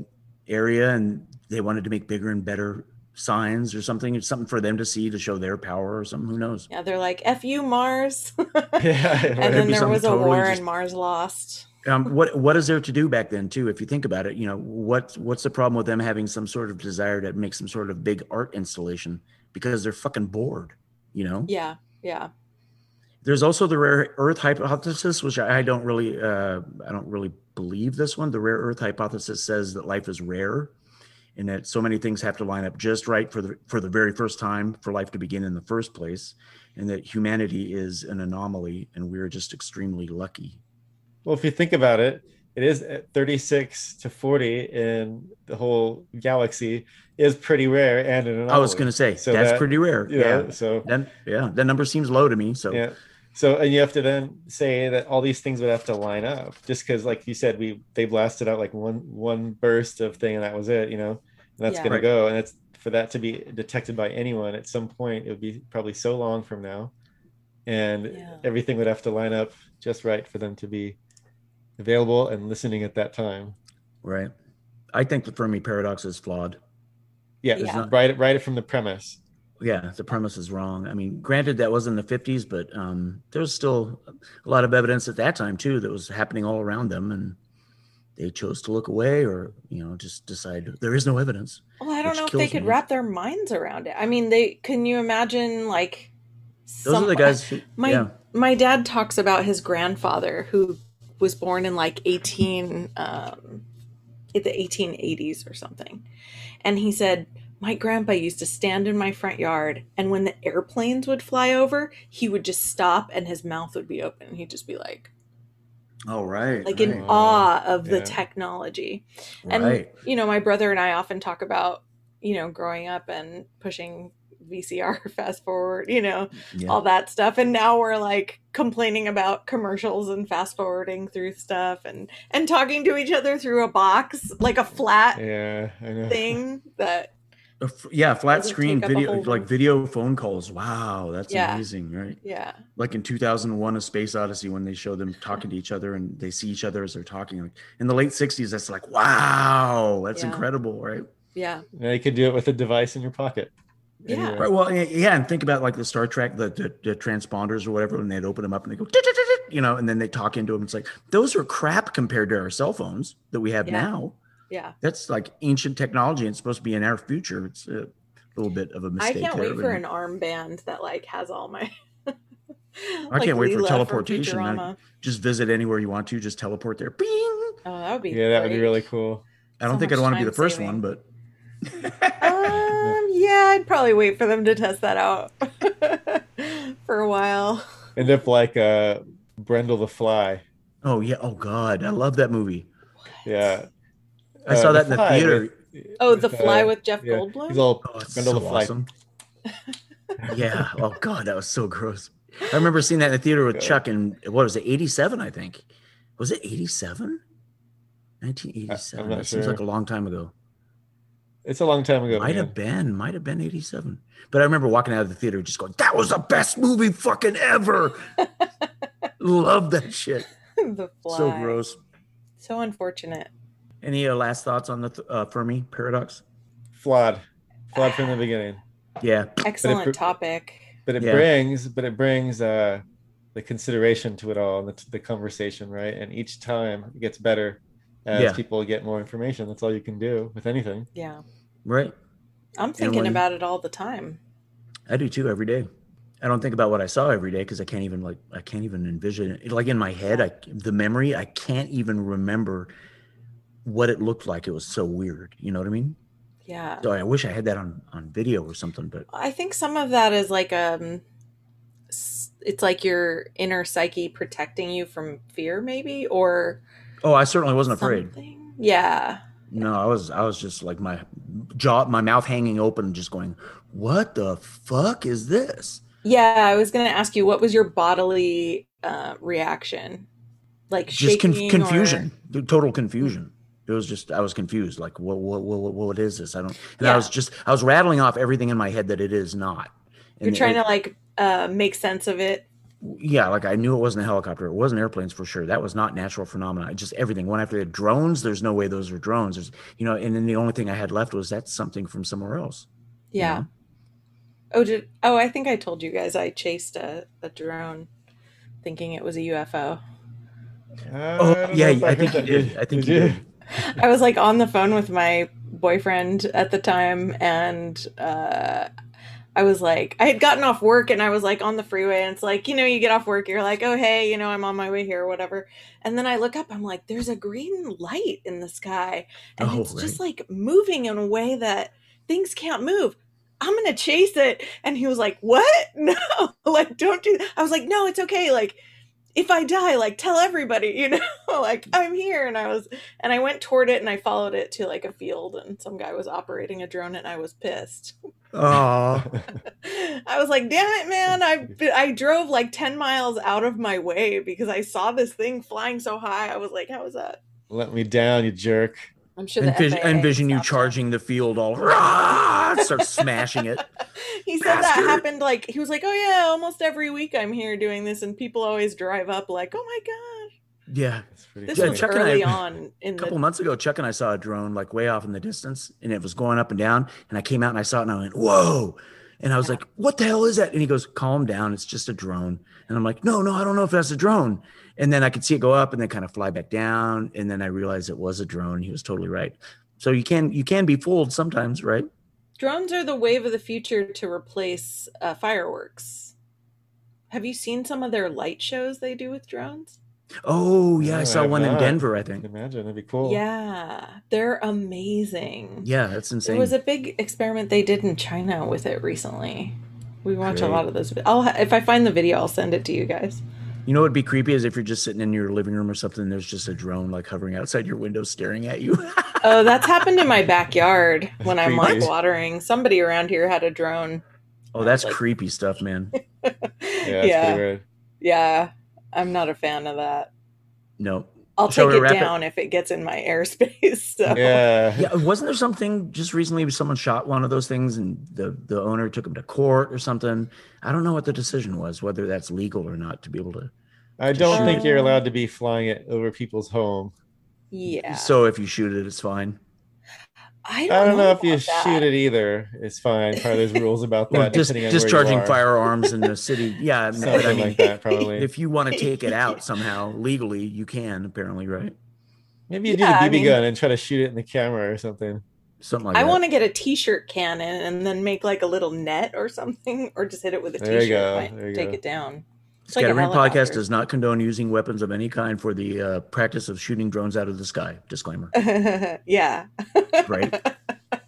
[SPEAKER 1] area, and they wanted to make bigger and better signs or something, It's something for them to see to show their power or something. Who knows?
[SPEAKER 3] yeah, they're like F you Mars.
[SPEAKER 2] yeah,
[SPEAKER 3] and
[SPEAKER 1] could
[SPEAKER 3] then
[SPEAKER 1] be
[SPEAKER 3] there
[SPEAKER 1] something
[SPEAKER 3] was a
[SPEAKER 1] totally
[SPEAKER 3] war
[SPEAKER 1] just-
[SPEAKER 3] and Mars lost.
[SPEAKER 1] Um, what what is there to do back then too? If you think about it, you know what what's the problem with them having some sort of desire to make some sort of big art installation because they're fucking bored. You know,
[SPEAKER 3] Yeah, yeah.
[SPEAKER 1] There's also the rare earth hypothesis, which I I don't really, uh, I don't really believe this one. The rare earth hypothesis says that life is rare, and that so many things have to line up just right for the for the very first time for life to begin in the first place, and that humanity is an anomaly, and we're just extremely lucky.
[SPEAKER 2] Well, if you think about it, it is at 36 to 40 in the whole galaxy is pretty rare and an anomaly.
[SPEAKER 1] I was going to say
[SPEAKER 2] So
[SPEAKER 1] that's
[SPEAKER 2] that-
[SPEAKER 1] pretty rare.
[SPEAKER 2] you know,
[SPEAKER 1] Yeah,
[SPEAKER 2] So
[SPEAKER 1] Then, yeah, that number seems low to me. So
[SPEAKER 2] yeah. So and you have to then say that all these things would have to line up just because, like you said, we they blasted out like one one burst of thing and that was it. You know, and that's
[SPEAKER 3] Yeah.
[SPEAKER 2] gonna
[SPEAKER 1] Right.
[SPEAKER 2] go and it's for that to be detected by anyone at some point it would be probably so long from now, and
[SPEAKER 3] Yeah.
[SPEAKER 2] everything would have to line up just right for them to be available and listening at that time.
[SPEAKER 1] right, I think the Fermi paradox is flawed.
[SPEAKER 2] Yeah,
[SPEAKER 3] Yeah.
[SPEAKER 2] just write it write it from the premise.
[SPEAKER 1] yeah the premise is wrong i mean granted that was in the 50s but um there was still a lot of evidence at that time too that was happening all around them and they chose to look away or you know just decide there is no evidence
[SPEAKER 3] Well, I don't
[SPEAKER 1] Which
[SPEAKER 3] know if they
[SPEAKER 1] kills
[SPEAKER 3] could
[SPEAKER 1] me.
[SPEAKER 3] wrap their minds around it. I mean, they can you imagine like
[SPEAKER 1] those
[SPEAKER 3] some-
[SPEAKER 1] are the guys who,
[SPEAKER 3] my
[SPEAKER 1] yeah
[SPEAKER 3] my dad talks about his grandfather who was born in like 18 um in the 1880s or something and he said my grandpa used to stand in my front yard and when the airplanes would fly over he would just stop and his mouth would be open he'd just be like
[SPEAKER 1] all right
[SPEAKER 3] like
[SPEAKER 1] right,
[SPEAKER 3] in awe of the
[SPEAKER 2] Yeah.
[SPEAKER 3] technology and
[SPEAKER 1] right.
[SPEAKER 3] you know my brother and i often talk about you know growing up and pushing vcr fast forward you know
[SPEAKER 1] yeah.
[SPEAKER 3] all that stuff and now we're like complaining about commercials and fast forwarding through stuff and and talking to each other through a box like a flat
[SPEAKER 2] Yeah, I know.
[SPEAKER 3] thing that
[SPEAKER 1] A f- yeah flat
[SPEAKER 3] Doesn't
[SPEAKER 1] screen
[SPEAKER 3] take up a
[SPEAKER 1] video
[SPEAKER 3] whole
[SPEAKER 1] like
[SPEAKER 3] room.
[SPEAKER 1] video phone calls wow that's
[SPEAKER 3] Yeah.
[SPEAKER 1] amazing right
[SPEAKER 3] yeah
[SPEAKER 1] like in 2001 a space odyssey when they show them talking to each other and they see each other as they're talking like in the late 60s that's like wow that's
[SPEAKER 3] Yeah.
[SPEAKER 1] incredible right
[SPEAKER 3] yeah
[SPEAKER 2] Now you could do it with a device in your pocket.
[SPEAKER 3] Yeah.
[SPEAKER 2] Anywhere.
[SPEAKER 1] Right. Well, yeah, yeah, and think about like the Star Trek, the, the, the transponders or whatever, and they'd open them up and they go, "Dit, dit, dit, dit," you know, and then they talk into them. It's like those are crap compared to our cell phones that we have
[SPEAKER 3] Yeah.
[SPEAKER 1] now.
[SPEAKER 3] yeah
[SPEAKER 1] That's like ancient technology and it's supposed to be in our future. It's a little bit of a
[SPEAKER 3] i
[SPEAKER 1] mistake.
[SPEAKER 3] can't
[SPEAKER 1] there,
[SPEAKER 3] wait for
[SPEAKER 1] but-
[SPEAKER 3] an armband that like has all my
[SPEAKER 1] I can't wait for
[SPEAKER 3] Leela from
[SPEAKER 1] teleportation, man.
[SPEAKER 3] Futurama.
[SPEAKER 1] just visit anywhere you want to. Just teleport there. Bing.
[SPEAKER 3] oh that would be
[SPEAKER 2] Yeah, that would be
[SPEAKER 3] great.
[SPEAKER 2] really cool.
[SPEAKER 1] I don't
[SPEAKER 3] So
[SPEAKER 1] think
[SPEAKER 3] much
[SPEAKER 1] I'd want to be the
[SPEAKER 3] time
[SPEAKER 1] first one,
[SPEAKER 3] saving.
[SPEAKER 1] but
[SPEAKER 3] um yeah i'd probably wait for them to test that out for a while
[SPEAKER 2] End up like uh Brendel the Fly.
[SPEAKER 1] oh yeah, oh god, I love that movie.
[SPEAKER 2] Yeah. Uh,
[SPEAKER 1] I saw that in the
[SPEAKER 2] Fly
[SPEAKER 1] theater.
[SPEAKER 2] with-
[SPEAKER 3] oh the
[SPEAKER 2] with,
[SPEAKER 3] fly
[SPEAKER 2] uh,
[SPEAKER 3] with jeff
[SPEAKER 2] yeah.
[SPEAKER 3] goldblum
[SPEAKER 2] He's all
[SPEAKER 1] Oh, it's
[SPEAKER 2] Brendel
[SPEAKER 1] so
[SPEAKER 2] the Fly.
[SPEAKER 1] awesome. yeah. Oh god, that was so gross. I remember seeing that in the theater with
[SPEAKER 2] God.
[SPEAKER 1] Chuck in what was it, 87, I think. Was it 87? 1987.
[SPEAKER 2] I'm not
[SPEAKER 1] that seems like a
[SPEAKER 2] sure.
[SPEAKER 1] long time ago.
[SPEAKER 2] It's a long time ago.
[SPEAKER 1] might have
[SPEAKER 2] man.
[SPEAKER 1] been, might have been 87. But I remember walking out of the theater just going, that was the best movie fucking ever. Love that shit.
[SPEAKER 3] the fly
[SPEAKER 1] So gross.
[SPEAKER 3] so unfortunate
[SPEAKER 1] Any uh, last thoughts on the th- uh, Fermi paradox?
[SPEAKER 2] Flawed. Flawed from the beginning.
[SPEAKER 1] Yeah.
[SPEAKER 3] Excellent
[SPEAKER 2] pr-
[SPEAKER 3] topic.
[SPEAKER 2] but it
[SPEAKER 1] Yeah.
[SPEAKER 2] brings but it brings uh the consideration to it all and the, the conversation right and each time it gets better as
[SPEAKER 1] Yeah.
[SPEAKER 2] people get more information that's all you can do with anything
[SPEAKER 3] Yeah.
[SPEAKER 1] Right.
[SPEAKER 3] I'm thinking
[SPEAKER 1] when-
[SPEAKER 3] about it all the time.
[SPEAKER 1] I do too every day. I don't think about what I saw every day because I can't even like I can't even envision it. Like in my head, I the memory I can't even remember what it looked like. It was so weird. You know what I mean?
[SPEAKER 3] Yeah.
[SPEAKER 1] So I wish I had that on on video or something. But
[SPEAKER 3] I think some of that is like um s- it's like your inner psyche protecting you from fear maybe or
[SPEAKER 1] oh, I certainly wasn't afraid.
[SPEAKER 3] something. Yeah.
[SPEAKER 1] No, I was I was just like my jaw, my mouth hanging open, just going, "What the fuck is this?"
[SPEAKER 3] Yeah, I was going to ask you what was your bodily uh reaction? Like
[SPEAKER 1] Just con-
[SPEAKER 3] shaking or-
[SPEAKER 1] confusion, The total confusion. It was just I was confused. Like, what what what what, what is this? I don't. And
[SPEAKER 3] Yeah.
[SPEAKER 1] I was just I was rattling off everything in my head that it is not.
[SPEAKER 3] You're trying to like uh make sense of it.
[SPEAKER 1] yeah, like I knew it wasn't a helicopter. It wasn't airplanes for sure. That was not natural phenomena. I Just everything. One after the drones. There's no way those are drones. There's you know. And then the only thing I had left was that's something from somewhere else. you
[SPEAKER 3] Yeah.
[SPEAKER 1] know?
[SPEAKER 3] Oh, did oh I think I told you guys I chased a, a drone, thinking it was a UFO.
[SPEAKER 1] Oh,
[SPEAKER 2] don't
[SPEAKER 1] yeah,
[SPEAKER 2] know if
[SPEAKER 1] I
[SPEAKER 2] heard
[SPEAKER 1] think you
[SPEAKER 2] that.
[SPEAKER 1] did. I think you did.
[SPEAKER 3] I was like on the phone with my boyfriend at the time, and uh, I was like, I had gotten off work, and I was like on the freeway, and it's like you know, you get off work, you're like, oh hey, you know, I'm on my way here, whatever, and then I look up, I'm like, there's a green light in the sky, and
[SPEAKER 1] Oh,
[SPEAKER 3] it's just like moving in a way that things can't move. I'm gonna chase it. And he was like, What? No, like don't do I was like, No, it's okay. Like if I die, like tell everybody, you know, like I'm here. And I was and I went toward it and I followed it to like a field and some guy was operating a drone and I was pissed.
[SPEAKER 1] Oh,
[SPEAKER 3] I was like, damn it, man. I b- I drove like 10 miles out of my way because I saw this thing flying so high. I was like, how was that?
[SPEAKER 2] Let me down, you jerk.
[SPEAKER 3] I'm sure the
[SPEAKER 1] envision,
[SPEAKER 3] FAA
[SPEAKER 1] envision you
[SPEAKER 3] stopped him.
[SPEAKER 1] charging the field all rah, start smashing it
[SPEAKER 3] he said that
[SPEAKER 1] Bastard.
[SPEAKER 3] happened like he was like oh yeah almost every week i'm here doing this and people always drive up like oh my gosh
[SPEAKER 1] yeah
[SPEAKER 2] That's pretty
[SPEAKER 3] this
[SPEAKER 1] Yeah,
[SPEAKER 2] funny.
[SPEAKER 3] was
[SPEAKER 1] Chuck and I-
[SPEAKER 3] early on in
[SPEAKER 1] a couple
[SPEAKER 3] the
[SPEAKER 1] months ago chuck and i saw a drone like way off in the distance and it was going up and down and i came out and i saw it and i went whoa and i was like what the hell is that and he goes calm down it's just a drone and i'm like no no i don't know if that's a drone and then i could see it go up and then kind of fly back down and then i realized it was a drone he was totally right so you can you can be fooled sometimes right
[SPEAKER 3] drones are the wave of the future to replace uh, fireworks have you seen some of their light shows they do with drones
[SPEAKER 1] oh yeah
[SPEAKER 2] No,
[SPEAKER 1] i
[SPEAKER 2] I
[SPEAKER 1] saw
[SPEAKER 2] have
[SPEAKER 1] one in
[SPEAKER 2] not.
[SPEAKER 1] denver i
[SPEAKER 2] I can
[SPEAKER 1] think
[SPEAKER 2] imagine that'd be cool.
[SPEAKER 3] yeah they're amazing
[SPEAKER 1] yeah that's insane
[SPEAKER 3] There was a big experiment they did in China with it recently. We watch a
[SPEAKER 2] Great.
[SPEAKER 3] lot of those. I'll ha- if I find the video, I'll send it to you guys.
[SPEAKER 1] You know what'd be creepy is if you're just sitting in your living room or something, and there's just a drone like hovering outside your window staring at you.
[SPEAKER 3] Oh, that's happened in my backyard when I'm like
[SPEAKER 2] creepy.
[SPEAKER 3] watering. Somebody around here had a drone.
[SPEAKER 1] oh, that's
[SPEAKER 3] Like-
[SPEAKER 1] creepy stuff, man.
[SPEAKER 2] Yeah,
[SPEAKER 3] Yeah,
[SPEAKER 2] that's
[SPEAKER 3] yeah,
[SPEAKER 2] pretty weird.
[SPEAKER 3] I'm not a fan of that.
[SPEAKER 1] No.
[SPEAKER 3] I'll
[SPEAKER 1] Shall
[SPEAKER 3] take
[SPEAKER 1] we
[SPEAKER 3] it
[SPEAKER 1] wrap it?
[SPEAKER 3] down if it gets in my airspace. So
[SPEAKER 2] Yeah.
[SPEAKER 1] Yeah, wasn't there something just recently someone shot one of those things and the, the owner took him to court or something? I don't know what the decision was, whether that's legal or not to be able to.
[SPEAKER 2] I don't
[SPEAKER 3] shoot
[SPEAKER 2] think
[SPEAKER 3] it.
[SPEAKER 2] you're allowed to be flying it over people's home.
[SPEAKER 3] yeah.
[SPEAKER 1] So if you shoot it, it's fine.
[SPEAKER 3] I don't,
[SPEAKER 2] I don't know if
[SPEAKER 3] about
[SPEAKER 2] you
[SPEAKER 3] that.
[SPEAKER 2] shoot it either. It's fine. Probably there's rules about
[SPEAKER 1] Or
[SPEAKER 2] that.
[SPEAKER 1] dis-
[SPEAKER 2] depending on
[SPEAKER 1] discharging
[SPEAKER 2] where you are.
[SPEAKER 1] firearms in the city. Yeah. no, but I
[SPEAKER 2] Something
[SPEAKER 1] mean,
[SPEAKER 2] like that, probably.
[SPEAKER 1] if you want to take it out somehow legally, you can, apparently, right?
[SPEAKER 2] Maybe you
[SPEAKER 3] Yeah, I
[SPEAKER 2] do the BB
[SPEAKER 3] mean-
[SPEAKER 2] gun and try to shoot it in the camera or something.
[SPEAKER 1] Something like
[SPEAKER 3] I
[SPEAKER 1] that.
[SPEAKER 3] want to get a T-shirt cannon and then make like a little net or something, or just hit it with a
[SPEAKER 2] There you
[SPEAKER 3] T-shirt.
[SPEAKER 2] go,
[SPEAKER 3] and
[SPEAKER 2] there you
[SPEAKER 3] take
[SPEAKER 2] go.
[SPEAKER 3] it down. It's like a
[SPEAKER 1] Scattering podcast
[SPEAKER 3] helicopter.
[SPEAKER 1] does not condone using weapons of any kind for the uh, practice of shooting drones out of the sky. Disclaimer.
[SPEAKER 3] yeah.
[SPEAKER 1] Right?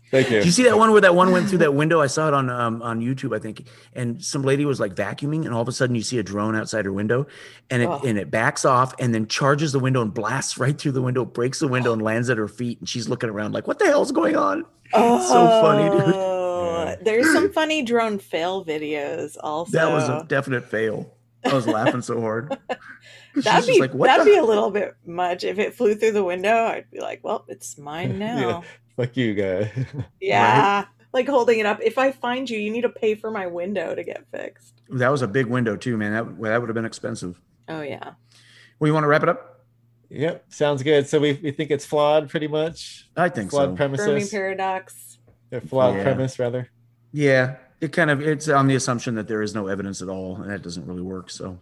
[SPEAKER 2] Thank you.
[SPEAKER 1] Did you see that one where that one went through that window? I saw it on um, on YouTube, I think. And some lady was like vacuuming, and all of a sudden you see a drone outside her window, and it
[SPEAKER 3] Oh.
[SPEAKER 1] and it backs off, and then charges the window and blasts right through the window, breaks the window, and lands at her feet. And she's looking around like, "What the hell's going on?"
[SPEAKER 3] Oh,
[SPEAKER 1] So funny, dude.
[SPEAKER 2] Yeah.
[SPEAKER 3] There's some funny drone fail videos also.
[SPEAKER 1] That was a definite fail. I was laughing so hard. She's
[SPEAKER 3] that'd
[SPEAKER 1] just
[SPEAKER 3] be
[SPEAKER 1] like, "What
[SPEAKER 3] that'd
[SPEAKER 1] the-
[SPEAKER 3] be a little bit much if it flew through the window. I'd be like, well, it's mine now.
[SPEAKER 2] Fuck you, guy.
[SPEAKER 3] yeah.
[SPEAKER 1] Yeah.
[SPEAKER 3] Like holding it up. If I find you, you need to pay for my window to get fixed.
[SPEAKER 1] That was a big window too, man. That that would have been expensive.
[SPEAKER 3] Oh yeah.
[SPEAKER 1] Well, you want to wrap it up?
[SPEAKER 2] yep. Sounds good. So we, we think it's flawed pretty much.
[SPEAKER 1] I think
[SPEAKER 2] flawed
[SPEAKER 1] so.
[SPEAKER 2] premises.
[SPEAKER 3] Fermi paradox.
[SPEAKER 2] Or flawed
[SPEAKER 1] Yeah.
[SPEAKER 2] premise rather.
[SPEAKER 1] Yeah. it kind of it's on the assumption that there is no evidence at all, and that doesn't really work. So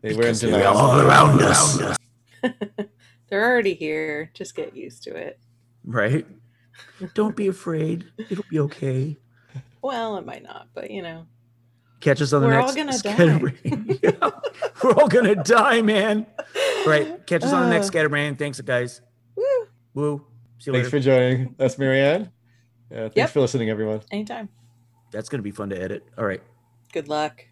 [SPEAKER 2] They were in
[SPEAKER 1] Because
[SPEAKER 2] denial.
[SPEAKER 1] all around us,
[SPEAKER 3] They're already here. Just get used to it.
[SPEAKER 1] right? Don't be afraid; it'll be okay.
[SPEAKER 3] Well, it might not, but you know.
[SPEAKER 1] Catch us on the
[SPEAKER 3] We're all
[SPEAKER 1] next.
[SPEAKER 3] gonna
[SPEAKER 1] Scatterbrain. Yeah. We're all gonna die, man. Right? Catch us on the next
[SPEAKER 3] Uh.
[SPEAKER 1] scatterbrain. Thanks, guys.
[SPEAKER 3] Woo.
[SPEAKER 1] Woo. See you
[SPEAKER 2] Thanks
[SPEAKER 1] later.
[SPEAKER 2] for joining. That's Marianne. Yeah, thanks
[SPEAKER 3] Yep.
[SPEAKER 2] for listening, everyone.
[SPEAKER 3] Anytime.
[SPEAKER 1] That's gonna be fun to edit. All right.
[SPEAKER 3] Good luck.